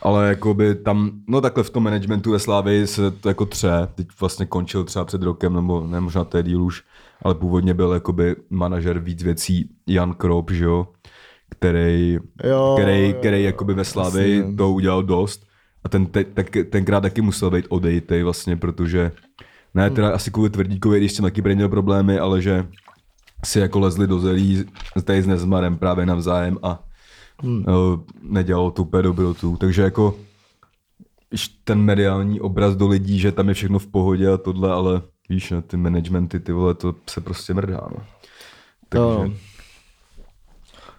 Ale jako by tam, no takhle v tom managementu ve Slávii se to jako tře, teď vlastně končil třeba před rokem, nebo ne, možná to je díl už, ale původně byl jakoby manažer víc věcí Jan Krop, že jo, který,
Jo,
který,
jo,
který jakoby ve Slávii to udělal dost a ten te, tak, tenkrát taky musel být odejtej vlastně, protože ne, teda asi kvůli tvrdíkovi, když jsem taky prý měl problémy, ale že si jako lezli do zelí tady s Nezmarem právě navzájem a hmm. nedělalo tu úplně dobrotu. Takže jako když ten mediální obraz do lidí, že tam je všechno v pohodě a tohle, ale víš, ne, ty managementy, ty vole, to se prostě mrdá. No.
Jo.
Takže,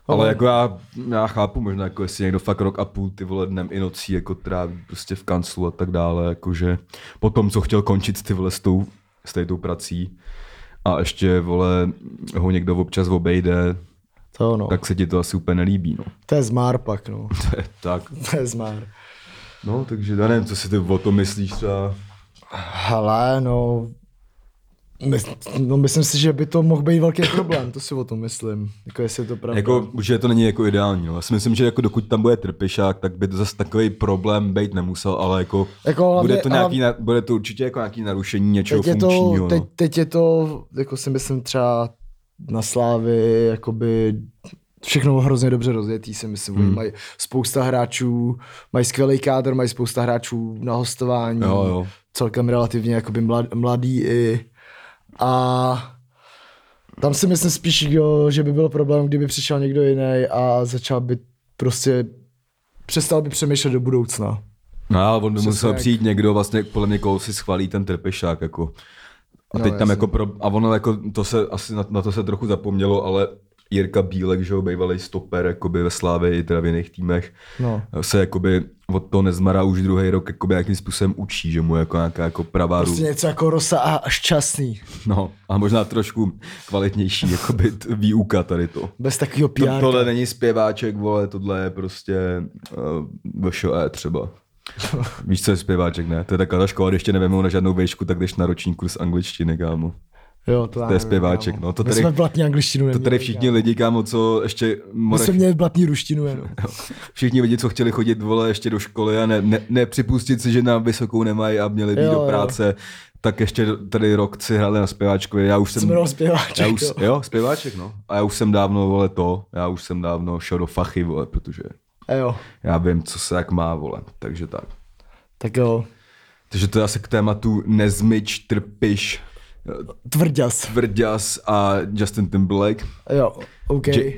ale jako já, já chápu možná, jako jestli někdo fakt rok a půl ty vole dnem i nocí jako tráví prostě v kanclu a tak dále, jakože po tom, co chtěl končit ty vole s tou, s tady tou prací a ještě vole ho někdo občas obejde,
To, no. tak...
tak se ti to asi úplně nelíbí, no.
to je zmár pak, no.
To je tak.
To je zmár.
No, takže já nevím, co si ty o tom myslíš třeba.
Hele, no, my, no, myslím si, že by to mohl být velký problém, to si o tom myslím. Jako jestli je to pravda.
Jako, že to není jako ideální, no. Já si myslím, že jako dokud tam bude trpišák, tak by to zase takový problém být nemusel, ale jako,
Jako hlavně-
bude, to nějaký,
ale-
na, bude to určitě jako nějaký narušení něčeho
teď je
funkčního.
to, teď,
no.
teď je to, jako si myslím třeba na Slávy, jakoby všechno hrozně dobře rozjetý, si myslím. Hmm. Mají spousta hráčů, mají skvělý kádr, mají spousta hráčů na hostování.
Jo, jo.
Celkem relativně jakoby mlad, mladý i. A tam si myslím spíš, jo, že by byl problém, kdyby přišel někdo jiný a začal by prostě přestal by přemýšlet do budoucna.
No, ale on by
Přesně
musel
jak-
přijít někdo, vlastně podle mě koho si schválí ten trpešák, jako. A
No,
teď tam
jasně.
jako pro, a ono jako, to se, asi na, na, to se trochu zapomnělo, ale Jirka Bílek, že jo, bývalý stoper jakoby ve Slávě i teda v jiných týmech,
No.
se jakoby od toho nezmara už druhý rok jakoby nějakým způsobem učí, že mu je jako nějaká jako pravá
Prostě
rů-
něco jako rosa a šťastný.
No a možná trošku kvalitnější jakoby t- výuka tady to.
Bez takového PR.
To, tohle není zpěváček, vole, tohle je prostě uh, VŠE třeba. Víš, co je zpěváček, ne? To je taková ta škola, když tě nevemou na žádnou vejšku, tak jdeš na roční kurz angličtiny, kámo.
Jo, to, já
to je
nevím,
zpěváček,
kámo.
no, to
My
tady-
jsme blatní angličtinu
To
neměli,
tady všichni
kámo.
lidi, kámo, co ještě...
My
Morech,
jsme měli blatní ruštinu jenom.
Všichni lidi, co chtěli chodit, vole, ještě do školy a ne, ne, nepřipustit si, že na vysokou nemají a měli být
Jo,
do
jo.
práce, tak ještě tady rok si hráli na zpěváčkovi. Já už jsem...
Se jmenoval zpěváček,
já už,
jo.
jo, zpěváček, no. A já už jsem dávno, vole, to, já už jsem dávno šel do fachy, vole, protože
A Eh, jo,
já vím, co se jak má, vole, takže tak.
tak jo.
Takže to je asi k tématu nezmič, trpiš,
Tvrďas.
tvrďas a Justin Timberlake.
Jo, OK.
J-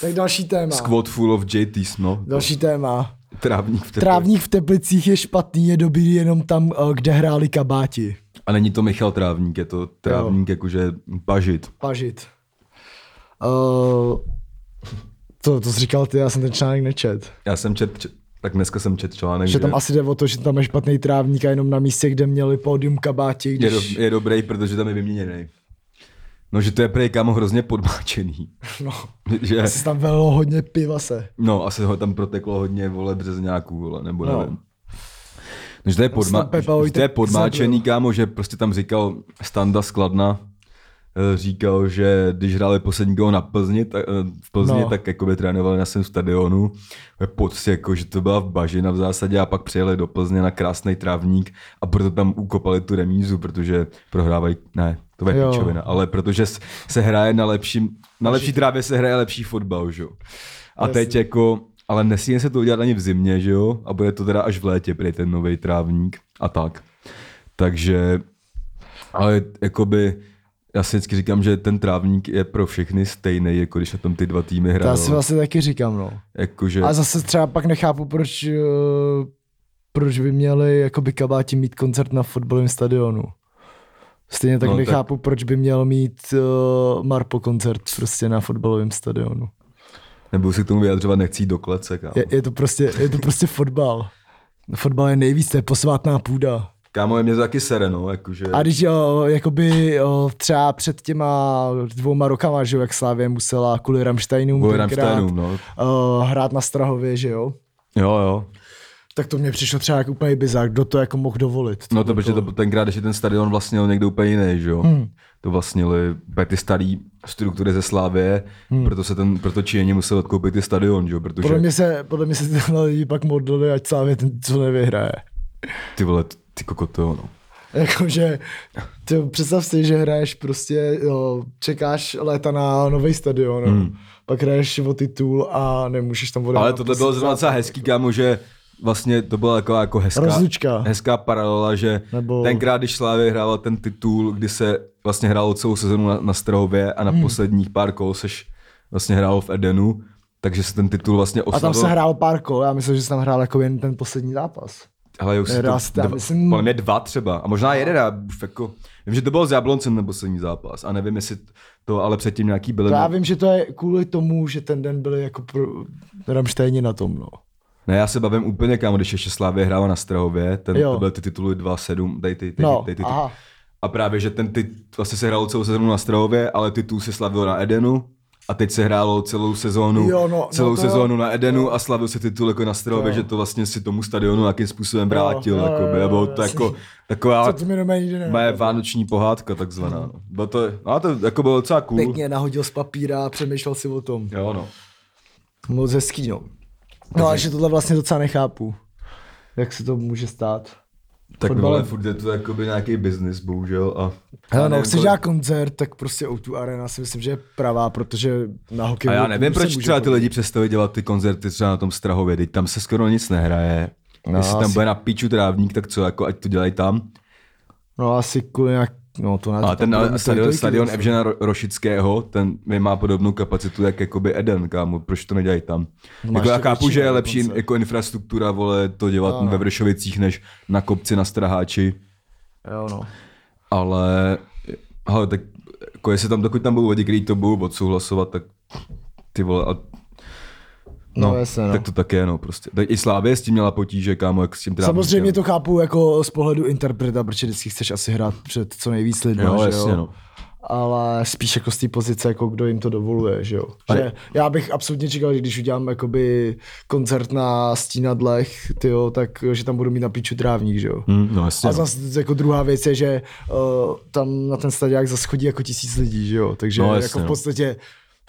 tak další téma.
Squad full of JTs, no.
Další téma.
Trávník v teple.
Trávník v Teplicích je špatný, je dobrý jenom tam, eh, kde hráli kabáti.
A není to Michal Trávník, je to Trávník jakože bažit.
Pažit. Uh, to, to jsi říkal ty, já jsem ten článek nečet.
Já jsem čet, čet tak dneska jsem čet článek,
Že tam asi jde o to, že tam je špatný trávník a jenom na místě, kde měli pódium kabáti,
je,
když...
do, je dobrý, protože tam je vyměněný. No, že to je prej kámo hrozně podmáčený.
No,
Že,
asi tam velo hodně piva se.
no, asi ho tam proteklo hodně, vole, březňáků, vole, nebo
No.
nevím. No, že to je,
tam
podma-
Pepa
že to je
Vojtek
podmáčený,
zabil.
kámo, že prostě tam říkal Standa Skladna, eh, říkal, že když hráli poslední gol na Plzni, tak, eh, v Plzni, no.
No.
tak jakoby trénovali na svém stadionu. Pocit, jako, že to byla v bažina v zásadě a pak přijeli do Plzně na krásný trávník a proto tam ukopali tu remízu, protože prohrávají, ne, to bude
Jo.
pičovina, ale protože s- se hraje na lepším, na lepší trávě se hraje lepší fotbal, že jo. A teď jako, ale nesmí se to udělat ani v zimě, že jo? A bude to teda až v létě, prý ten nový trávník a tak. Takže, ale jakoby, já si vždycky říkám, že ten trávník je pro všechny stejný, jako když na tom ty dva týmy
To já si
hrajou.
vlastně taky říkám, no.
Jakože,
A zase třeba pak nechápu, proč, eh, proč by měli jakoby kabáti mít koncert na fotbalovém stadionu. Stejně tak
No,
no,
tak-
nechápu, tak... proč by měl mít uh, Marpo koncert prostě na fotbalovém
No.
stadionu.
nebudu se k tomu vyjadřovat, nechci jít do klece, kámo.
Je, je, to prostě, je to prostě fotbal. Fotbal je nejvíc, to je posvátná půda.
Kámo, je mě to taky sere, no, jakože.
A když jo, jakoby jo, třeba před těma dvouma rokama, že jo, jak Slávě musela kvůli Rammsteinům,
Kvůli
tenkrát,
Rammsteinům, no.
eh, hrát na Strahově, že jo,
Jo, jo.
tak to mě přišlo třeba jako úplně bizar, kdo to jako mohl dovolit.
No to, protože to tenkrát ještě ten stadion vlastnil někdo úplně jiný, že jo? Hmm. To vlastnili úplně ty starý struktury ze Slávie, hmm. proto se ten, proto Číňani musel odkoupit ty stadion, že jo? Protože
Podle mě se, podle mě se tyhle lidi pak modlili, ať Slávě ten, co nevyhraje.
ty vole, ty kokoto, no.
Jakože, ty představ si, že hraješ prostě, jo, čekáš léta na nový stadion, hmm. pak hraješ o titul a nemůžeš tam prostě. vodat.
Ale tohle bylo zrovna docela hezký, kámo, že vlastně to byla taková jako hezká,
Rozlučka.
hezká paralela, že Nebo...
Nebo-
tenkrát, když Slávě hrála ten titul, kdy se vlastně hrálo celou sezonu na, na Strahově a na hmm. posledních pár kol seš vlastně hrálo v Edenu, takže se ten titul vlastně
A
oslavil.
tam se hrál pár kol, já myslím, že jsem tam hrál jako jen ten poslední zápas.
Hele, jo, už se
Raz,
to,
já
dva, myslím...
myslím- No.
podle mě dva třeba, a možná jeden, já už jako, vím, že to bylo s Jabloncem nebo poslední zápas, a nevím, jestli to, ale předtím nějaký byly.
To já vím, že to je kvůli tomu, že ten den byli jako pro... Ramštejni na tom, no.
Ne, já se bavím úplně kam, když ještě Slávě hrála na Strahově, ten,
Jo.
to byly ty tituly 2-7, dej ty, ty,
No,
dej ty, ty.
aha.
A právě, že ten ty, vlastně se hrálo celou sezónu na Strahově, ale titul se slavil na Edenu, a teď se hrálo celou sezónu,
Jo, no, no
celou
to jo.
sezónu na Edenu a slavil se titul jako na Strahově,
jo.
že to vlastně si tomu stadionu nějakým způsobem vrátil,
jo, jo,
jakoby,
jo,
nebo to
jasně.
jako, taková...
Co to mi doma nikdy nenapadlo.
Moje vánoční pohádka takzvaná. no. Bylo to, no to jako bylo docela cool.
Pěkně nahodil z papíra a přemýšlel si o tom.
Jo, no.
Moc hezký, no. No a že tohle vlastně docela nechápu. Jak se to může stát.
Tak
Fotbalem.
ale furt je to jakoby nějaký business, bohužel. A,
Hele,
a
no,
nevím,
chceš
kolik-
dělat koncert, tak prostě O2 Arena si myslím, že je pravá, protože na jako prostě hokej...
a já nevím, proč třeba ty lidi přestali dělat ty koncerty třeba na tom Strahově, teď tam se skoro nic nehraje. No,
No,
Jestli tam
asi-
bude na píču trávník, tak co, jako ať to dělají tam.
No asi kvůli nějak... No to ne.
A
to
ten
tam
ale
budou mít
stadion,
tolik
stadion
lidí.
Evžena Ro- Rošického, ten má podobnou kapacitu jak jakoby Eden, kámo, proč to nedělají tam? Jako já
ještě
chápu,
větší
že je lepší
dokonce.
jako infrastruktura, vole, to dělat no,
Ano.
ve Vršovicích, než na kopci na Straháči.
Jo, no.
Ale, ale tak jako jestli tam, dokud tam budou lidi, kteří to budou odsouhlasovat, tak Ty vole, a...
No, jasně, no.
tak to tak je, no prostě. Tak i Slávě s tím měla potíže, kámo, jak s tím trávníkem.
Samozřejmě to chápu jako z pohledu interpreta, protože vždycky chceš asi hrát před co nejvíc lidmi,
Jo,
že
jasně,
jo?
no.
Ale spíš jako z té pozice, jako kdo jim to dovoluje, že jo. Že já bych absolutně čekal, že když udělám jakoby koncert na stínadlech, tyjo, tak že tam budu mít na piču trávník, že jo.
Hm, no jasně,
A
no.
zase jako druhá věc je, že uh, tam na ten stadiák zase chodí jako tisíc lidí, že jo, takže
No,
no,
jasně,
jako v
no.
podstatě,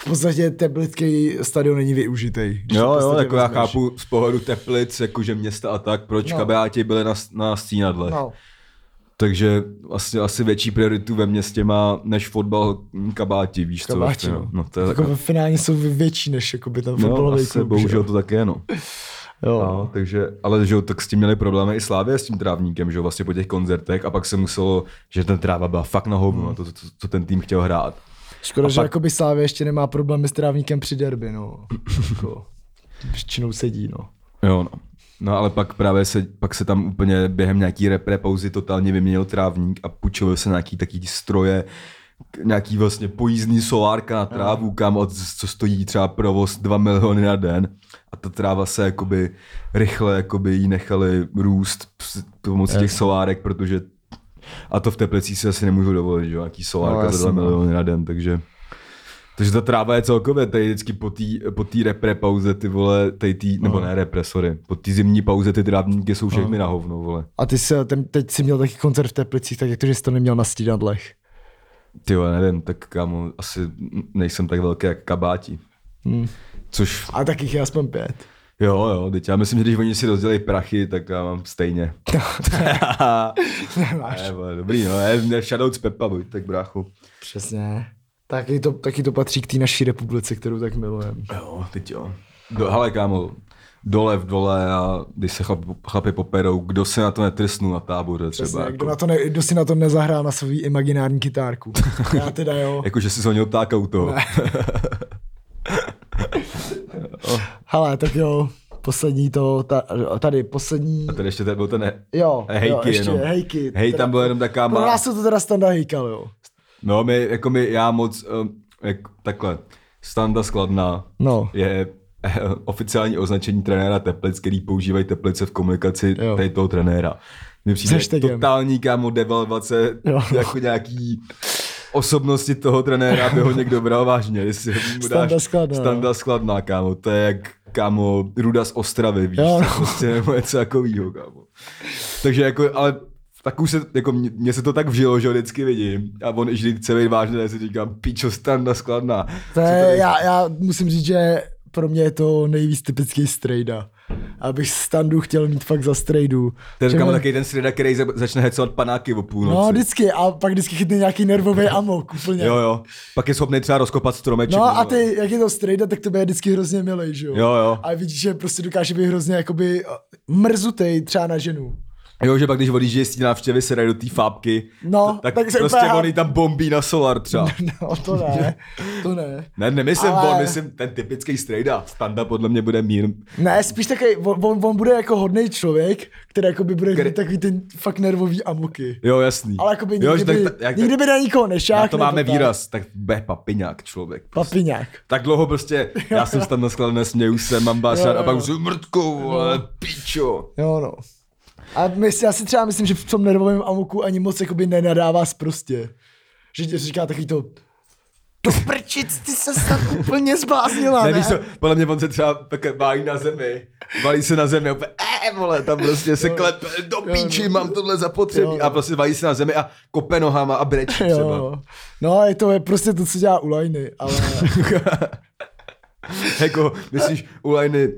v podstatě teplický stadion není využitej. když to
Jo,
v
jo,
podstatě
jako já
vezmeš.
chápu z pohledu Teplic, jakože města a tak, proč
No.
no. kabeáti byli na, na stínadle.
No.
Takže asi, asi větší prioritu ve městě má než fotbal kabáti, víš
Kabáti,
co?
no.
No, to je
Jako
jako,
ve finále jsou větší než jakoby ten
no,
fotbalový
asi,
klub.
bohužel
že?
to tak je, no.
jo.
no. takže, ale že jo, tak s tím měli problémy i Slávě s tím trávníkem, že jo, vlastně po těch koncertech a pak se muselo, že ten tráva byla fakt na hovno, na to, co, co ten tým chtěl hrát.
Škoda,
A
že
pak-
jakoby Slávě ještě nemá problémy s trávníkem při derby, no. jako, většinou sedí, no.
Jo, no. No ale pak právě se, pak se tam úplně během nějaký repre pauzy totálně vyměnil trávník a půjčil se nějaký taký stroje, k- nějaký vlastně pojízdný solárka na trávu, kam od, co stojí třeba provoz 2 miliony na den a ta tráva se jakoby rychle jakoby jí nechali růst ps- pomocí těch solárek, protože a to v Teplicích si asi nemůžu dovolit, že jo, nějaký solárka
No,
no, za 2
jasně, no.
miliony na den, takže... Takže ta tráva je celkově tady vždycky po té po tý repre pauze, ty vole, tady tý,
No.
nebo ne repre, sorry, po té zimní pauze ty trávníky jsou všechny na hovno, vole.
A ty jsi, ten, teď jsi měl taky koncert v Teplicích, tak jak to, že jsi to neměl na stídadlech?
Ty vole, nevím, tak kámo, asi nejsem tak velký jak kabáti.
Hmm.
Což,
A tak jich je aspoň pět.
jo, jo, teď já myslím, že když oni si rozdělí prachy, tak já mám stejně.
Nemáš.
ne, vole, dobrý, no, ne, shoutout z Pepa, buď tak bráchu.
Přesně. Taky to, taky to patří k té naší republice, kterou tak milujeme.
Jo, teď jo. Do, hele, kámo, dole v dole a když se chlap, chlapi poperou, kdo se na to netrsnul na táboře třeba.
Přesně,
jako.
kdo, na to ne, kdo si na to nezahrál na svou imaginární kytárku. Já teda jo.
Jako, že jsi honil ptáka u toho.
Hele, tak jo, poslední to, ta, tady poslední...
A tady ještě tady byl ten he-
Jo,
hejky
jo, ještě
jenom.
hejky.
Hej, tam byla jenom taká
Pro
má-
nás to to teda standa hejkal, jo.
No, my, jako my, já moc, um, jak, takhle, standa skladná
No.
je eh, oficiální označení trenéra Teplic, který používají Teplice v komunikaci
Jo.
tady toho trenéra. Mně přijde
hashtagem.
totální kámo devalvace
Jo.
jako nějaký osobnosti toho trenéra, aby ho někdo bral vážně. Jestli mu dáš-
Standa Skladná, no.
Standa skladná, kámo. To je jak kámo Ruda z Ostravy, víš,
Jo,
jo,
no.
prostě nebo něco takovýho, kámo. Takže jako, ale tak už se, jako mě, mě se to tak vžilo, že ho vždycky vidím. A on, i když chce být vážný, tak si říkám, pičo, standa skladná.
To
Co
je,
tady-
já, já musím říct, že pro mě je to nejvíc typický strejda. Abych standu chtěl mít fakt za strejdu.
To je
Že
říkám
mi-
takový ten sreda, který za- začne hecovat panáky o půlnoci.
No, vždycky. A pak vždycky chytne nějaký nervový amok úplně.
Jo, jo. Pak je schopný třeba rozkopat stromeček.
No a
vole.
ty, jak je to strejda, tak to je vždycky hrozně milej, že jo?
Jo, jo.
A vidíš, že prostě dokáže být hrozně jakoby eh, mrzutej třeba na ženu.
Jo, že pak když odjíždí z té návštěvy, se dají do té fábky,
No,
t- tak,
tak se
prostě
úplně-
on jí tam bombí na solar třeba.
No, to ne, to ne.
Ne, nemyslím
Ale-
Ale... on, myslím ten typický strejda. Standa podle mě bude mír.
Ne, spíš takový, on, on, on bude jako hodný člověk, který jakoby bude
Který-
mít takový ten fakt nervový amoky.
Jo, jasný.
Ale jakoby
jo,
nikdy,
že
by,
tak, jak,
nikdy by na nikoho nešák.
na to máme
nebo
výraz, tak bude papiňák člověk.
Tak. Papiňák.
Tak dlouho prostě, já jsem tam naskladne, směju se, mám
Jo,
básán
jo,
a pak
jo.
už jsem mrtkou, vole, pičo.
Jo, no. A my, já si třeba myslím, že v tom nervovém amoku ani moc jakoby nenadává prostě. Že ti říká takový to, do prčic, ty se snad úplně zbláznila,
Ne,
ne?
víš co, podle mě on se třeba tak válí na zemi, valí se na zemi a úplně, eh, vole, tam prostě se klepe, do píči,
jo. no.
mám tohle zapotřebí
Jo,
a prostě valí se na zemi a kope nohama a brečí třeba.
Jo. No, je to je prostě to, co dělá u Lajny, ale
jako, myslíš, u Lajny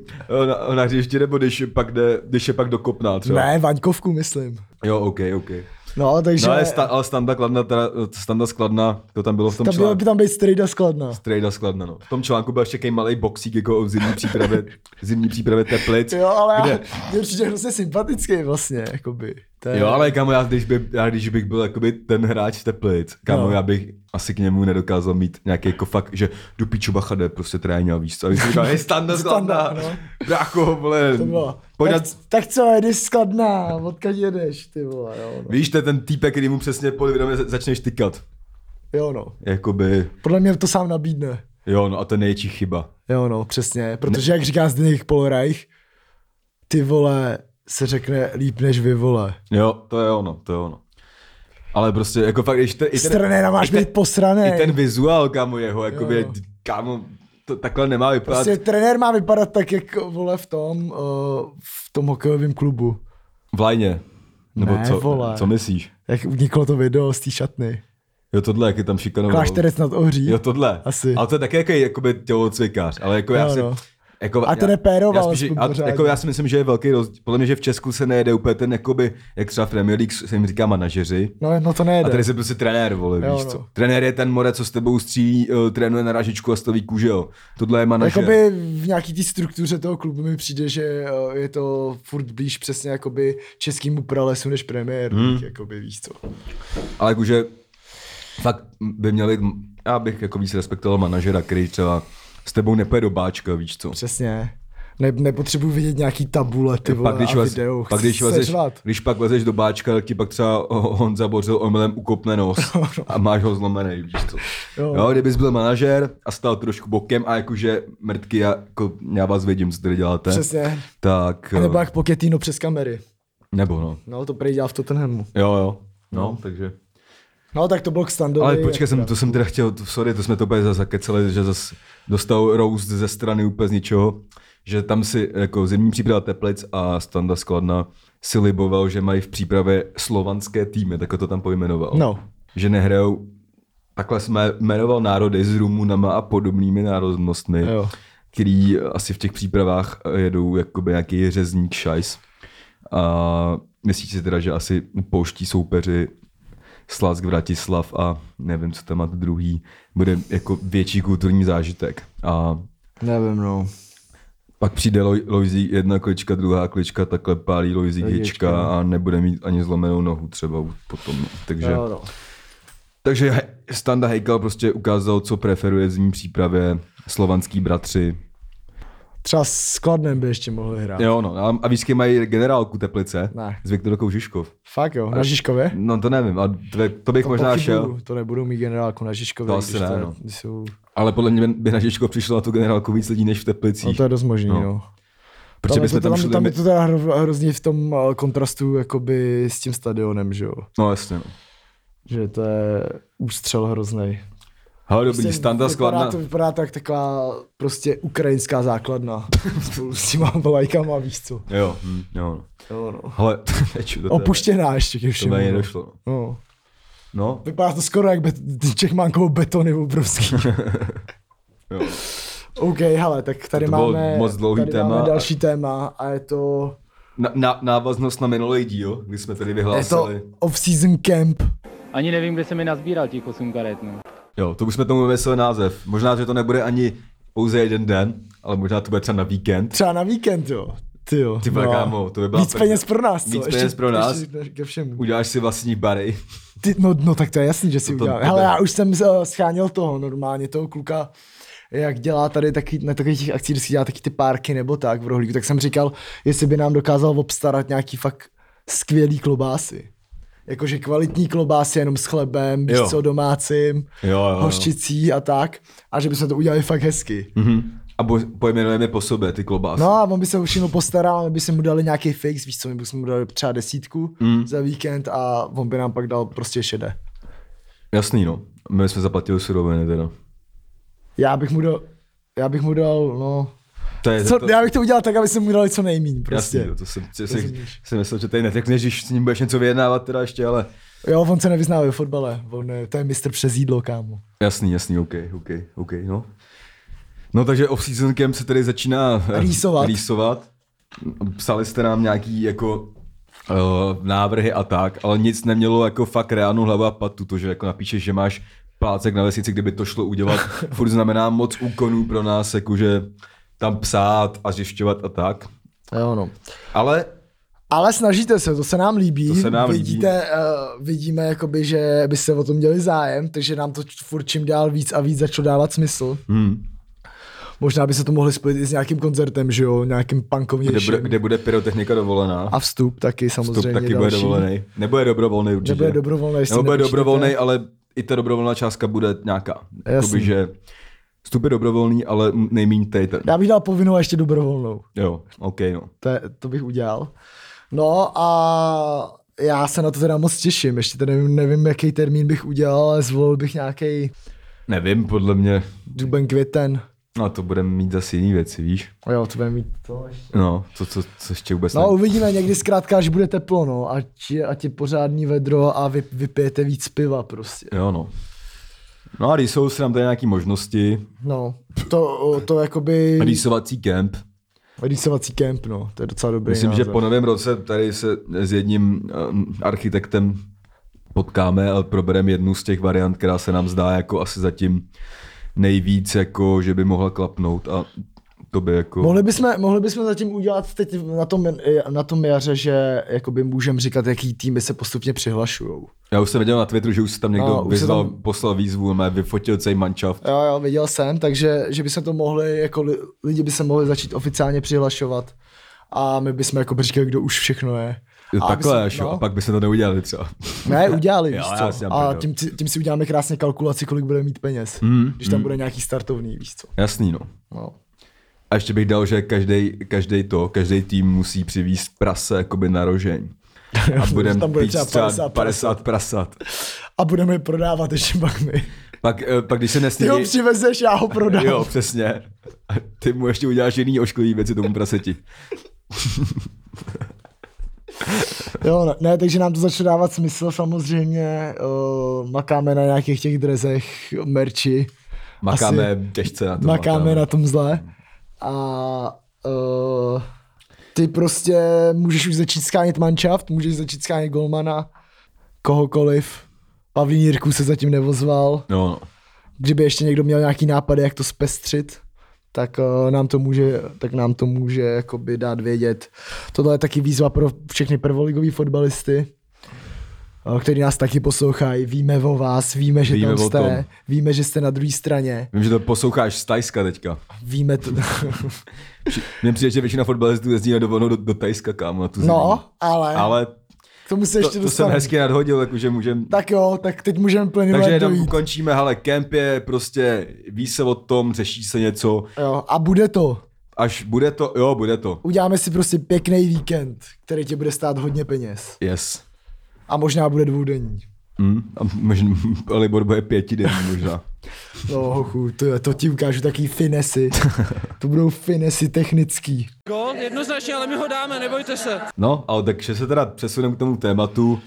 eh, na, na hřišti, nebo když pak jde, když je pak do kopná třeba?
ne, Vaňkovku myslím.
Jo, OK, OK.
No, takže
No ale, sta, ale standa skladna, teda, standa skladna, to tam bylo v tom
tam měla
článku.
by tam být strejda skladná.
Strejda skladna, no. V tom článku byl ještě takový malý boxík jako o zimní přípravě, zimní přípravě teplic.
Jo, ale já,
kde-
je určitě hrozně sympatický vlastně, jakoby. To je,
Jo, ale kámo, já když, by, já když bych byl jakoby ten hráč v Teplic, kámo,
No.
no. já bych asi k němu nedokázal mít nějaký jako fakt, že do piču bacha jde prostě tréně a víš co. A když říkal, hej, standa,
Standa,
standa,
no.
brácho, vole,
To bylo.
pojď
tak,
na-
tak co, jedeš skladná, odkud jedeš, ty vole, jo no.
Víš, to je ten týpek, který mu přesně podvědomě za- začneš tykat.
Jo no,
Jakoby,
podle mě to sám nabídne.
Jo, no a to je největší chyba.
Jo, no, přesně. Protože jak říká Zdeněk Polorajch, ty vole se řekne líp než vy vole.
Jo, to je ono, to je ono. Ale prostě, jako fakt, když te, i, ten,
Strné, máš
i ten-
být posraný.
i ten vizuál, kámo, jeho, jakoby,
Jo.
jo. kámo, to takhle nemá vypadat.
Prostě trenér má vypadat tak, jak vole v tom, uh, v tom hokejovém klubu.
V lajně. Nebo
Ne,
co,
vole.
co myslíš?
Jak uniklo to video z té šatny.
Jo, tohle, jak je tam šikanoval.
Klášterec nad ohří.
No. Jo, tohle.
Asi.
Ale to je taky jaký, jakoby tělocvikář, ale jako já
Jo,
si...
no.
Jako,
A ten
já-
je péroval
já, spíš,
aspoň
a,
pořádně.
jako já si myslím, že je velký rozdíl. Podle mě, že v Česku se nejede úplně ten, jakoby, jak třeba v Premier League se jim říká manažeři.
No, no to nejde.
A tady se prostě trenér, vole,
Jo,
víš
no.
co. Trenér je ten more, co s tebou střílí, eh, trénuje na rážičku a stoví kůže, jo. Tohle je manažer.
Jakoby v nějaký té struktuře toho klubu mi přijde, že eh, je to furt blíž přesně jakoby českýmu pralesu než premiér, hmm. jakoby víš co.
Ale jakože fakt by měl být, já bych jako víc respektoval manažera, který třeba s tebou nepojede do báčka, víš co.
Přesně. Ne, nepotřebuji vidět nějaký tabule, ty vole,
pak, když
a
vlez,
video.
pak,
Chci
když, vlezeš,
seřvat.
když pak vlezeš do báčka, tak ti pak třeba o- Honza Bořil omylem ukopne nos a máš ho zlomený, víš co.
No, Jo.
Jo. jo, kdybys byl manažer a stál trošku bokem a jakože mrtky, já, jako, já vás vidím, co tady děláte.
Přesně.
Tak,
A nebo
nebo,
jak Poketino přes kamery.
nebo no.
No, to prej dělá v Tottenhamu.
Jo, jo. No, takže.
No, tak to bylo k standovi.
Ale počkej, jsem, to jsem teda chtěl, to, sorry, to jsme to úplně zase zakeceli, že zase dostal roast ze strany úplně z ničeho, že tam si jako zimní příprava Teplic a Standa Skladna si liboval, že mají v přípravě slovanské týmy, tak to tam pojmenoval.
No.
Že nehrajou, takhle jsme jmenoval národy s Rumunama a podobnými národnostmi,
Jo.
který asi v těch přípravách jedou jakoby nějaký řezník šajs. A myslíš si teda, že asi pouští soupeři Slask Vratislav a nevím, co tam má druhý, bude jako větší kulturní zážitek. A
Nevím, no.
pak přijde Loj- Lojzík, jedna klička, druhá klička, takhle pálí Lojzík
Hečka.
hečka a nebude mít ani zlomenou nohu třeba u- potom. no. Takže,
Jo, no.
takže He- Standa Hejkal prostě ukázal, co preferuje v zimní přípravě slovanský bratři.
Třeba s Kladnem by ještě mohl hrát. Jo.
Jo, no, a, a víš, kým mají generálku Teplice?
Ne.
S Viktorkou Žižkov.
Fakt jo, na Žižkově?
No to nevím, a to, to bych
To
možná
pochybuju,
šel.
To nebudou mít generálku na Žižkově.
To
když
asi ne,
je-
no.
když jsou...
Ale podle mě by na Žižkov přišlo na tu generálku víc lidí než v Teplicích.
no to je dost možný, no.
No.
no.
Protože
tam, je
bychom
to,
tam,
tam,
šli...
tam je to teda hro- hrozně v tom eh, kontrastu jakoby s tím stadionem, že jo.
No jasně. No.
Že to je ústřel hrozný.
Hele,
Prostě
dobrý, standa
jako
skladna.
Vypadá to vypadá tak taková prostě ukrajinská základna. Spolu s těma vlajkama, víš co.
Jo, hm, jo. no.
Jo, no.
Hele, neču, to teda-
Opuštěná ještě ke
To
všemu.
tady
no.
nedošlo. no.
No.
No,
Vypadá to skoro jak bet- Čechmánkovo betony obrovský.
jo.
OK, hele, tak tady
To bylo
máme,
moc dlouhý
tady máme
téma.
další téma a je to,
Na, na, návaznost na minulý díl, kdy jsme tady
je to
vyhlásili.
off-season camp.
Ani nevím, kde se mi nazbíral těch 8 karet, no.
Jo, to už jsme tomu vymysleli název. Možná, že to nebude ani pouze jeden den, ale možná to bude třeba na víkend.
Třeba na víkend, jo. Ty jo. no.
Ty vole, kámo, to by byla
Víc
pr-
peněz pro nás, co?
víc peněz pro nás.
Ještě ke všemu.
Uděláš si vlastní bary.
Ty, no, no, tak to je jasný, že si
To- to-
udělal.
to-
Hele, já už jsem uh, scháněl toho normálně, toho kluka, jak dělá tady taky, na takových těch akcích, vždycky dělá taky ty párky nebo tak v rohlíku, tak jsem říkal, jestli by nám dokázal obstarat nějaký fakt skvělý klobásy. Jakože kvalitní klobásy jenom s chlebem, víš
Jo.
co, domácím,
Jo, jo, jo.
hořčicí a tak. A že bychom to udělali fakt hezky.
Mhm. A bo- pojmenujeme po sobě ty klobásy.
No a on by se o všechno postaral, my by se mu dali nějaký fix, víš co, my bychom mu dali třeba desítku
Mm.
za víkend a on by nám pak dal prostě šedé.
Jasný, no. My jsme zaplatili suroviny teda.
Já bych mu dal, já bych mu dal, no,
To je
co,
to...
já bych to udělal tak, aby se mu dali co nejmín prostě.
Jasný, no, to jsem, to jsem,
Rozumíš.
jsem myslel, že tady netekneš, když s ním budeš něco vyjednávat teda ještě, ale
Jo, on se nevyzná ve fotbale, on je, to je mistr přes jídlo, kámo.
Jasný, jasný, OK, OK, OK, no. No takže off-season camp se tady začíná eh,
Rýsovat.
rýsovat. Psali jste nám nějaký jako uh, návrhy a tak, ale nic nemělo jako fakt reálnou hlavu a patu, to, že jako napíšeš, že máš plácek na vesnici, kdyby to šlo udělat, furt znamená moc úkonů pro nás, jakože tam psát a zjišťovat a tak.
Jo, no.
Ale
Ale snažíte se, to se nám líbí.
To se nám líbí.
Vidíte, Uh, vidíme, jakoby, že by se o tom děli zájem, takže nám to furt čím dál víc a víc začalo dávat smysl.
hmm,
Možná by se to mohli spojit i s nějakým koncertem, že jo, nějakým
kde,
punkovnějším.
bude, kde bude pyrotechnika dovolená?
A vstup taky samozřejmě
Vstup taky
další.
bude dovolený. Nebo je dobrovolný určitě.
Nebo je dobrovolný, jestli
Nebo bude
nepočtete.
dobrovolný, ale i ta dobrovolná částka bude nějaká.
Jasný.
Jakoby, že Vstup je dobrovolný, ale nejméně teď.
Já bych dal povinnou a ještě dobrovolnou.
Jo, OK, no.
To, je- to bych udělal. No a já se na to teda moc těším. Ještě teda nevím, nevím jaký termín bych udělal, ale zvolil bych nějaký
Nevím, podle mě.
duben, květen.
No to budeme mít zase jiný věci, víš?
A jo, to bude mít to ještě.
No, to, co, co ještě vůbec
No
ne-
uvidíme někdy zkrátka, až bude teplo, no. Ať, je- ať je pořádný vedro a vy, vypijete víc piva prostě.
Jo, no. No a rýsou se nám tady nějaký možnosti.
No, to, to jakoby
Rýsovací kemp.
rýsovací kemp, no. To je docela dobrý
Myslím, že
název.
po novém roce tady se s jedním ehm, architektem potkáme a probereme jednu z těch variant, která se nám zdá jako asi zatím nejvíc, jako, že by mohla klapnout a to by jako...
Mohli bychom, mohli bychom zatím udělat teď na tom, na tom jaře, že jakoby můžeme říkat, jaký týmy se postupně přihlašujou.
Já už jsem viděl na Twitteru, že už tam někdo
No,
no,
už se
vyzval,
tam-
tam... poslal výzvu, má vyfotil celý manšaft.
Jo, jo, viděl jsem, takže že by se to mohli, jako li, lidi by se mohli začít oficiálně přihlašovat a my bychom jako říkali, kdo už všechno je.
Jo,
a aby
Takhle
se-
až, jo,
no.
a pak by se to neudělali třeba.
Ne, udělali,
Jo,
víš
já si
co?
dám
A
prdel.
tím, si- tím si uděláme krásně kalkulaci, kolik bude mít peněz, mm,
Hmm,
když tam mm. bude nějaký startovný, víš co?
Jasný, no.
No.
A ještě bych dal, že každý, každý to, každý tým musí přivízt prase jakoby na rožeň. A budem
tam bude
pít
třeba
třeba
50
50, 50 prasat.
A budeme je prodávat ještě pak my.
Pak, eh, pak když se
Ty ho
nesnídí...
přivezeš, já ho prodám.
Jo, přesně. A ty mu ještě uděláš jiný ošklivý věci tomu praseti.
Jo, no. ne- ne, takže nám to začalo dávat smysl samozřejmě. Uh, makáme na nějakých těch drezech, merči.
Makáme těžce na
Asi,
tom.
makáme na tom zle. A uh, ty prostě můžeš už začít skánit manšaft, můžeš začít skánit golmana, kohokoliv. Pavlín Jirku se zatím nevozval.
No, no.
Kdyby ještě někdo měl nějaký nápady, jak to zpestřit, tak uh, nám to může, tak nám to může jakoby dát vědět. Tohle je taky výzva pro všechny prvoligové fotbalisty, eh, který nás taky poslouchají. Víme o vás, víme, že
Víme
tam
o
jste,
tom.
víme, že jste na druhé straně,
Vím, že to posloucháš z Tajska teďka.
víme to.
Při- Mně přijde, že většina fotbalistů jezdí na dovolenou do, do Tajska, kámo, na tu
no,
zemi.
ale, ale
Ale
k tomu se ještě
to, to jsem
dostaneme.
hezky nadhodil, jakože můžem...
Tak jo, tak teď můžeme
Takže
plynule
jenom
dojít.
ukončíme, ale kemp je prostě, ví se o tom, řeší se něco,
Jo, a bude to.
až bude to, jo, bude to.
Uděláme si prostě pěkný víkend, který tě bude stát hodně peněz.
Yes.
A možná bude dvoudenní.
Hmm. A možná, Libor bude pětidenní možná.
No hochu, to, to ti ukážu taky finesy. To budou finesy technický.
Gol, jednoznačně, ale my ho dáme, nebojte se.
No, ale takže se teda přesuneme k tomu tématu.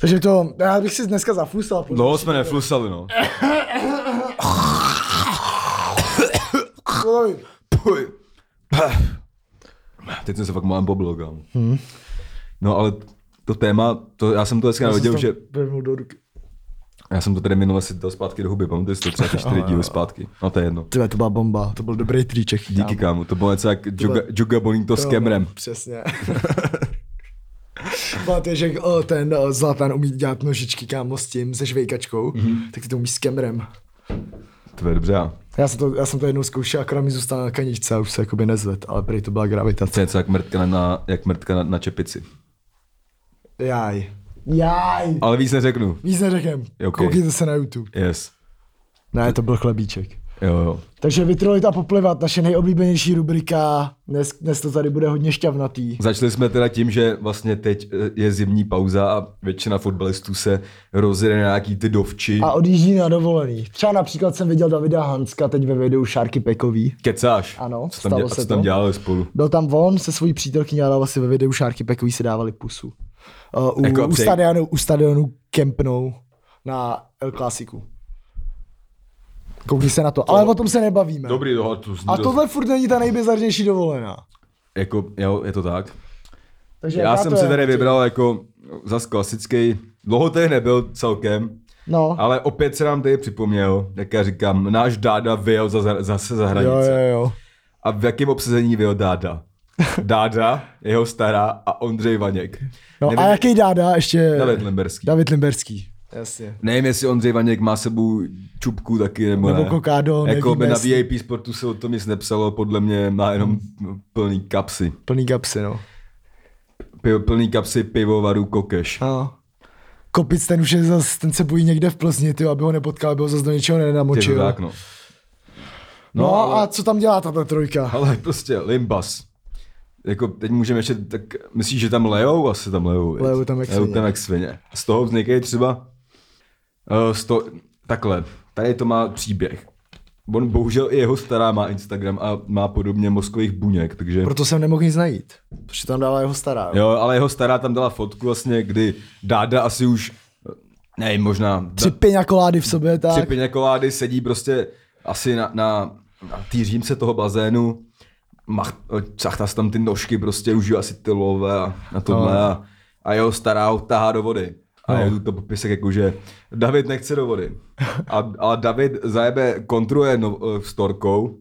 Takže to, já bych si dneska zafusal. podle mě.
Dlouho jsme neflusali, no.
Oj,
Puj. Teď jsem se fakt málem poblil, kámo. No, ale to téma, to, já jsem to dneska
já jsem
nevěděl,
si
že...
to vezmu do ruky.
Já jsem to tady minule si dal zpátky do huby, pamatuju si to třeba ty čtyři díly zpátky. No, to je jedno.
Tyhle, to byla bomba, to byl dobrý triček.
Díky, kámo, to bylo něco jak Juga, Juga Bonito s
Jo,
Kemrem.
Přesně. Máte, že o, ten o, Zlatan umí dělat nožičky, kámo, s tím, se žvejkačkou,
Mhm.
mm-hmm. tak ty to umíš s kemrem.
To je dobře, já.
Já jsem to, já jsem to jednou zkoušel, akorát mi zůstal na kaničce a už se jakoby nezved, ale prý to byla gravitace.
To je něco jak mrtka na, jak mrtka na, na čepici.
Jaj. Jaj.
Ale víc neřeknu.
Víc neřekem.
Jo, okej.
Okay. Koukejte se na YouTube.
Yes.
Ne, to byl chlebíček.
Jo, jo.
Takže vytrolit a poplivat, naše nejoblíbenější rubrika. Dnes, dnes to tady bude hodně šťavnatý.
Začali jsme teda tím, že vlastně teď eh, je zimní pauza a většina fotbalistů se rozjede na nějaký ty dovči.
A odjíždí na dovolený. Třeba například jsem viděl Davida Hanska teď ve videu Šárky Pekový.
Kecáš.
Ano,
co tam,
stalo
děla,
se
co tam
to.
dělali spolu?
Byl tam on se svojí přítelkyní, ale vlastně ve videu Šárky Pekový si dávali pusu. Uh, u,
Jako
u,
při-
stadionu, u stadionu kempnou na El Clasiku. Koukni se na to, ale o tom se nebavíme.
Dobrý toho, to zní
A
dost-
tohle furt není ta nejbizarnější dovolená.
Jako, jo, je to tak.
Takže
Já
jaká
jsem
to
si
je?
tady vybral jako zas klasický, dlouho tady nebyl celkem,
No.
ale opět se nám tady připomněl, jak já říkám, náš dáda vyjel za, za- zase za
Jo,
hranice.
jo, jo.
A v jakém obsazení vyjel dáda? Dáda, jeho stará a Ondřej Vaněk.
No
Nevím,
a jaký dáda ještě?
David Limberský.
David Limberský. Jasně.
Nevím, jestli Ondřej Vaněk má s sebou čupku taky nebo,
Nebo
ne.
kokádo,
Jako by
nevíme,
na
jestli-
VIP sportu se o tom nic nepsalo, podle mě má jenom plný kapsy.
Plný kapsy, no.
Pivo, plný kapsy pivovaru Kokeš.
no. Kopic ten už je zas, ten se bojí někde v Plzni, ty, aby ho nepotkal, aby ho zas do něčeho
Je to
nenamočil.
tak, no.
No, no
ale-
a co tam dělá tato trojka?
Ale prostě Limbas. Jako teď můžeme ještě, tak myslíš, že tam lejou? Asi tam lejou. viď?
Lejou tam jak
lejou
svině.
tam jak svině. Z toho vznikají třeba uh, z to, takhle, tady to má příběh. On bohužel i jeho stará má Instagram a má podobně mozkových buněk, takže...
Proto jsem nemohl nic najít. Protože tam dala jeho stará.
Jo, ale jeho stará tam dala fotku vlastně, kdy Dáda asi už, eh, nevím, možná...
Tři pěňa kolády v sobě, tak.
Tři pině kolády sedí prostě asi na, na, na té římce toho bazénu, mach, čachtá se tam ty nožky, prostě užiju asi ty love a na tohle no. a, a jeho stará ho tahá do vody. A je tu to popisek jako, že David nechce do vody. A, a David zajebe kontruje no, eh, s torkou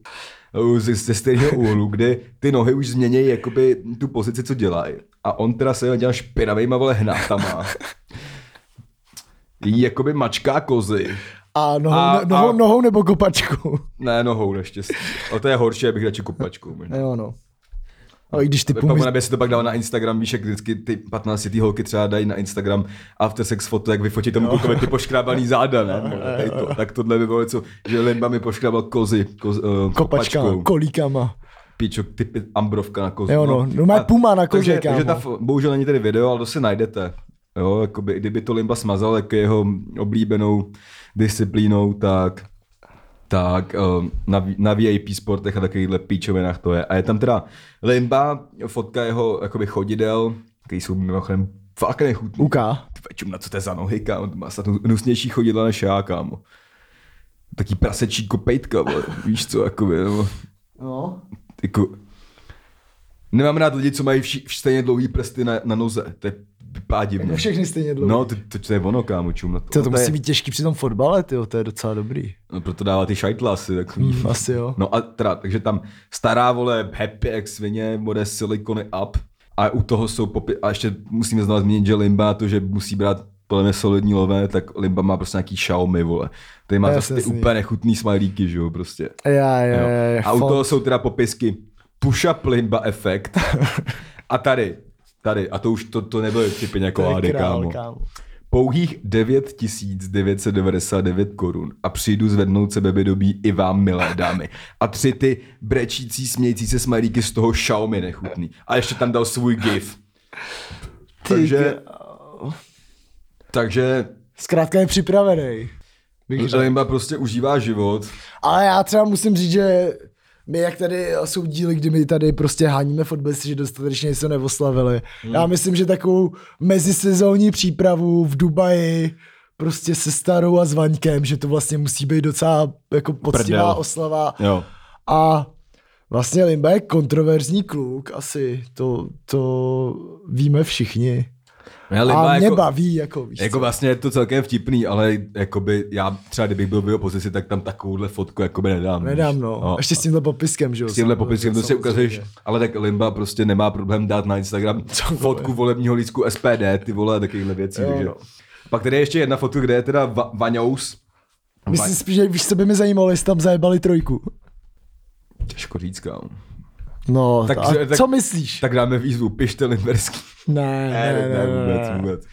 eh, z, ze stejného úhlu, kdy ty nohy už změnějí jakoby tu pozici, co dělají. A on teda se dělá špinavejma vole hnátama. Jí Jakoby mačká kozy.
A nohou,
A-
a, nohou,
a-
a... nohou nebo kopačku.
Ne, nohou naštěstí. Ale to je horší, abych radši kopačkou. možná.
jo, no. No i když ty
Pak
pům...
ona by si to pak dal na Instagram, víš, jak vždycky ty 15 ty holky třeba dají na Instagram aftersex foto, jak vyfotí tomu klukovi ty poškrábaný záda, ne? No, tady to. Tak tohle by bylo něco, že Limba mi poškrábal kozy, koz, uh,
kopačkama,
kopačkou.
kolíkama.
Píčo, ty pi- ambrovka na kozu.
Jo, no, normálně puma na no. koze,
takže, takže ta,
kámo.
fo- bohužel není tady video, ale to si najdete. Jo, jakoby, i kdyby to Limba smazal jako jeho oblíbenou disciplínou, tak tak ehm, na, V- na VIP sportech a takovýchhle píčovinách to je. A je tam teda Limba, fotka jeho jakoby chodidel, který jsou mimochodem fakt nechutný.
Uká.
Ty večum, na co to je za nohy, kámo, to má snad nusnější chodidla než já, kámo. Taký prasečí kopejtka, vole. víš co, jakoby, nebo
No.
jako, nemám rád lidi, co mají vši, stejně dlouhý prsty na, na noze. To je vypadá divně.
Jako všechny stejně dlouhý.
No, to, to, to je ono, kámo, čum na to.
To, to
No, je-
musí být těžký při tom fotbale, tyjo, to je docela dobrý.
No, proto dává ty šajtla asi. Tak...
Mm, asi jo.
No a teda, takže tam stará vole, happy jak svině, bude silikony up. A u toho jsou popi- A ještě musíme znovu zmínit, že Limba, to, že musí brát podle mě solidní lové, tak Limba má prostě nějaký Xiaomi, vole. Tady má
To je
zase ty
jasný.
úplně nechutný smajlíky, že jo, prostě.
Já, já, já,
Jo.
já,
A u
fakt.
toho jsou teda popisky push-up limba efekt. A tady, tady, a to už to, to nebyly ty peně
To je
kolády,
král,
kámo. Pouhých 9999 korun a přijdu zvednout se bebedobí i vám, milé dámy. A tři ty brečící, smějící se smajlíky z toho Xiaomi nechutný. A ještě tam dal svůj gif.
Ty Oh.
Takže,
krá-
takže
Zkrátka je připravený.
Limba prostě užívá život.
Ale já třeba musím říct, že my jak tady jsou díly, kdy my tady prostě háníme fotbalisti, že dostatečně něco neoslavili. Hmm. Já myslím, že takovou mezisezónní přípravu v Dubaji prostě se starou a s Vaňkem, že to vlastně musí být docela jako poctivá
Prdel.
oslava.
Jo.
A vlastně Limba je kontroverzní kluk, asi to, to víme všichni.
Limba
a mě
jako-
baví, jako víš
Jako
co.
vlastně je to celkem vtipný, ale jakoby já třeba kdybych byl v jeho pozici, tak tam takovouhle fotku jakoby nedám.
Nedám,
víš?
no.
no.
Ještě s tímhle popiskem, že jo?
S tímhle
samozřejmě,
popiskem to si
samozřejmě.
ukazuješ, ale tak Limba prostě nemá problém dát na Instagram fotku volebního lístku SPD, ty vole, a takovýhle věci.
Jo,
takže.
no.
Pak tady je ještě jedna fotka, kde je teda va- Vaňous.
Myslím spíš, že víš, co by mě zajímalo, jestli tam zajebali trojku.
Těžko říct, kámo.
No,
Tak-
tak, a
tak-
co myslíš?
Tak dáme výzvu, pište Limberský.
ne, ne, ne, ne, ne,
vůbec, vůbec.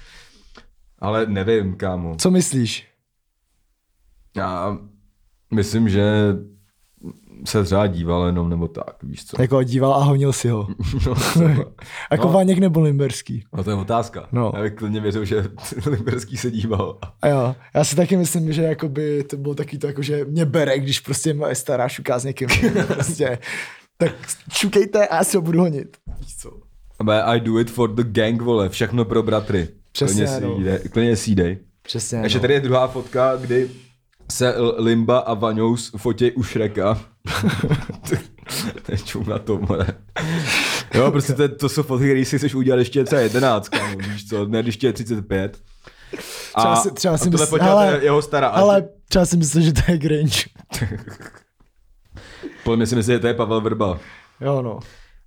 Ale nevím, kámo.
Co myslíš?
Já myslím, že se třeba díval jenom nebo tak, víš co.
Jako díval a honil si ho. jako
No.
no. Vaněk nebo Limberský.
No to je otázka.
No.
Já bych klidně věřil, že Liberský se díval.
A jo, já si taky myslím, že jakoby to bylo taky to, jako, že mě bere, když prostě moje stará šuká s někým. prostě. Tak šukejte a já si ho budu honit. Víš co?
Ale I do it for the gang, vole, všechno pro bratry.
Přesně,
klidně
no.
si jde, klidně si dej.
Přesně. no.
Ještě tady je druhá fotka, kdy se L- Limba a Vaňous fotí u Šreka. to je čum na tom, ale. Jo, prostě to, to jsou fotky, které si chceš udělat ještě třeba 11, kámo, víš co, ne, když tě je 35. A,
Třeba si, třeba si
a tohle
myslím,
fotila
ale,
jeho stará.
ale třeba si myslím, že to je Grange.
Podle mě si myslím, že to je Pavel Vrba.
Jo no.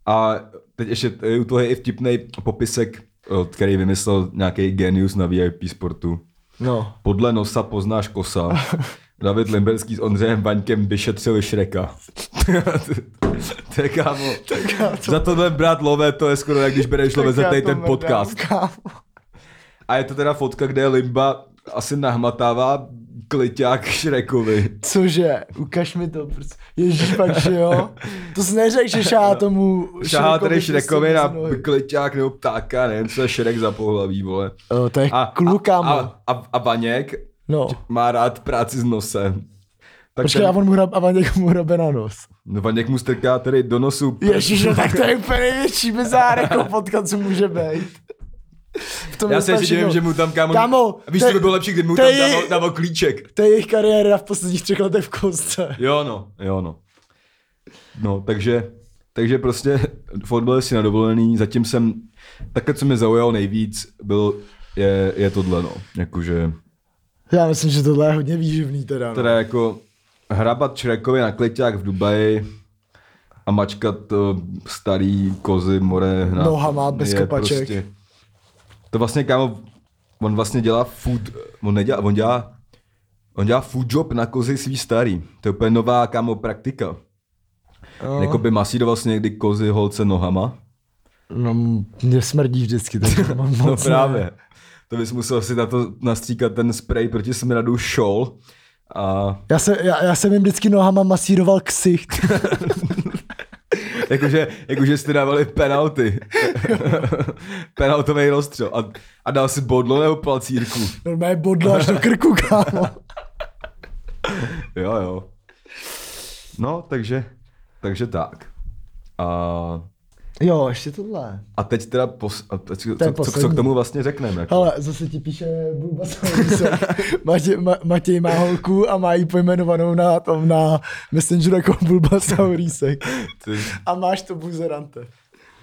A teď ještě t- u toho je i vtipný popisek, eh, který vymyslel nějaký genius na VIP sportu.
No.
Podle nosa poznáš kosa. David Limberský s Ondřejem Vaňkem vyšetřili Šreka. to je kámo. Za tohle brát lové, to je skoro jak když bereš lové za
Tak já
tady
to
ten
nedám,
podcast.
kámo.
A je to teda fotka, kde Limba asi nahmatává Kliťák Šrekovi.
Cože? Ukaž mi to, prostě. Ježíš, pak, že jo? To jsi neřekl, že
No.
šáhá tomu
Šahá tedy
prostě
Šrekovi
mezi
na
nohy.
kliťák nebo ptáka, nevím, co je Šrek za pohlaví, vole.
Eh, To je
A,
kluk,
a,
kámo.
a, a, a Vaněk
No.
má rád práci s nosem. Tak
Počkej, a
ten,
on mu hrabe, a on někomu hrabe na nos.
no, Vaněk mu strká tedy do nosu
Ježíš, no tak to je úplně největší bizár, jako potkat, co může být. V tom
Já se ještě divím, že mu tam kámo...
no. Kámo,
Víš,
to
to
je-
by bylo lepší, kdyby mu
to
tam
je-
dával, dával klíček.
To je jejich kariéra v posledních třech letech v kostce.
Jo no, jo no. No, takže, takže prostě fotbal je si na dovolený, zatím jsem, takhle co mě zaujalo nejvíc, byl, je, je tohle no, jakože,
Já myslím, že tohle je hodně výživný teda. No.
teda jako hrabat Šrekovi na kleťák v Dubaji a mačkat uh, starý kozy, more, hna.
Nohama bez
je prostě-
kopaček.
to vlastně kámo, on vlastně dělá food, on nedělá, on dělá, on dělá food job na kozy svý starý. To je úplně nová kámo praktika.
no.
No. Jakoby masíroval si někdy kozy holce nohama.
no, mě smrdí vždycky, takže to mám moc
No
ne.
právě. To bys musel si na to nastříkat ten spray proti smradu šol. A
Já, se, já, já jsem jim vždycky nohama masíroval ksicht.
jakože, jakože jste dávali penalty. Penaltový rozstřel. A, a dal si bodlo nebo palcírku.
Normálně bodlo až do krku, kámo.
Jo, jo. No, takže, takže tak. A,
Jo, ještě tohle.
a teď teda, pos, a teď, co,
To je
co, co,
poslední.
k tomu vlastně řekneme? Jako?
Hele, zase ti píše Bulba Samolisek. Matěj, ma, Matěj má holku a má ji pojmenovanou na, tom, na Messengeru jako Bulba Saurísek.
Ty,
A máš to buzerante.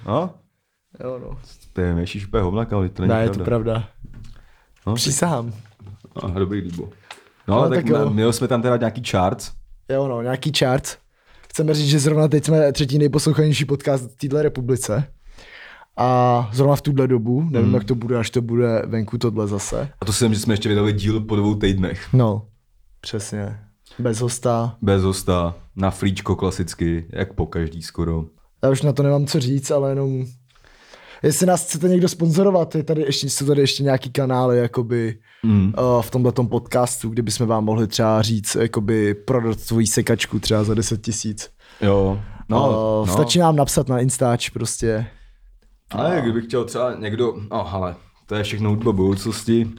no?
Jo, no.
Ty je měšíš úplně hovna, ale to není
Ne, je to pravda.
No,
Přísahám.
A dobrý líbo. No,
No,
tak,
tak jo.
tak měli jsme tam teda nějaký charts.
Jo, no, nějaký chart. Chceme říct, že zrovna teď jsme třetí nejposlouchanější podcast v této republice. A zrovna v tuhle dobu, nevím, jak to bude, až to bude venku tohle zase.
A to jsem, že jsme ještě vydali díl po dvou týdnech.
No, přesně. Bez hosta.
Bez hosta, na fríčko klasicky, jak po každý skoro.
Já už na to nemám co říct, ale jenom... Jestli nás chcete někdo sponzorovat, je tady ještě, jsou tady ještě nějaký kanály jakoby, mm. uh, v tomhle podcastu, kdyby jsme vám mohli třeba říct, jakoby, prodat tvoji sekačku třeba za 10 tisíc.
Jo. No,
uh,
no.
Stačí nám napsat na Instač prostě.
Ale kdyby chtěl třeba někdo, no ale to je všechno hudba budoucnosti.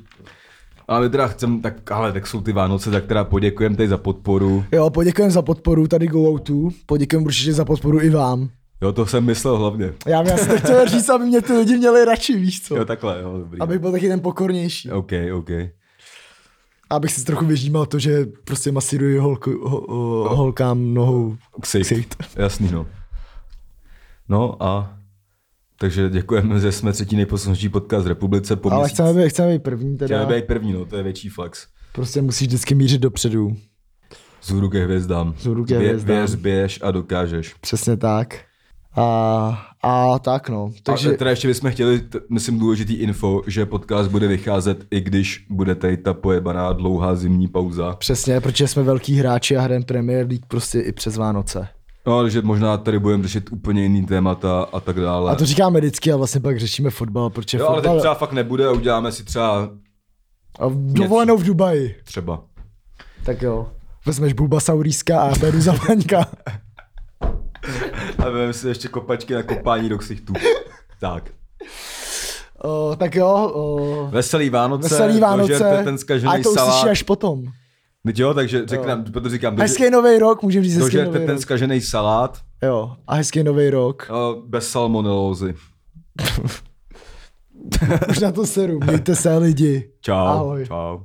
Ale my teda chcem, tak, ale tak jsou ty Vánoce, tak teda poděkujeme tady za podporu.
Jo, poděkujeme za podporu tady Go Outu, poděkujeme určitě za podporu i vám.
Jo, to jsem myslel hlavně.
Já, já jsem to chtěl říct, aby mě ty lidi měli radši, víš co?
Jo, takhle, jo, dobrý.
Abych byl taky ten pokornější.
OK, OK.
Abych si trochu vyžímal to, že prostě masíruji holku, ho, ho, holkám nohou.
Ksicht. Jasný, no. No a takže děkujeme, že jsme třetí nejposlednější podcast v republice po
Ale
měsíci.
chceme být, chceme být první teda.
Chtěl být první, no, to je větší flex.
Prostě musíš vždycky mířit dopředu.
Zůru ke hvězdám.
Vzhůru ke hvězdám.
Věř, běž a dokážeš.
Přesně tak. A, a tak no.
Takže... A
Takže
teda ještě bychom chtěli, t- myslím, důležitý info, že podcast bude vycházet, i když bude tady ta pojebaná dlouhá zimní pauza.
přesně, protože jsme velký hráči a hrajeme Premier League prostě i přes Vánoce.
No, ale že možná tady budeme řešit úplně jiný témata a tak dále.
A to říkáme vždycky a vlastně pak řešíme fotbal, protože
jo, ale
fotbal...
teď třeba fakt nebude a uděláme si třeba,
A dovolenou v Dubaji.
třeba.
Tak jo. Vezmeš Bulbasauríska a já beru za Vaňka.
A vezmeme si ještě kopačky na kopání do ksichtů. tak.
O, tak jo, o,
Veselý Vánoce.
veselý Vánoce.
dožerte ten
a
skažený
to uslyší
salát.
až potom.
Teď jo, takže řeknám, proto říkám, dože-
Hezký nový rok, můžeme říct hezký
dožerte
nový
ten
rok.
skažený salát
Jo, a hezký nový rok.
eh, bez salmonelózy.
Už na to seru. Mějte se lidi.
Čau.
Ahoj.
Čau.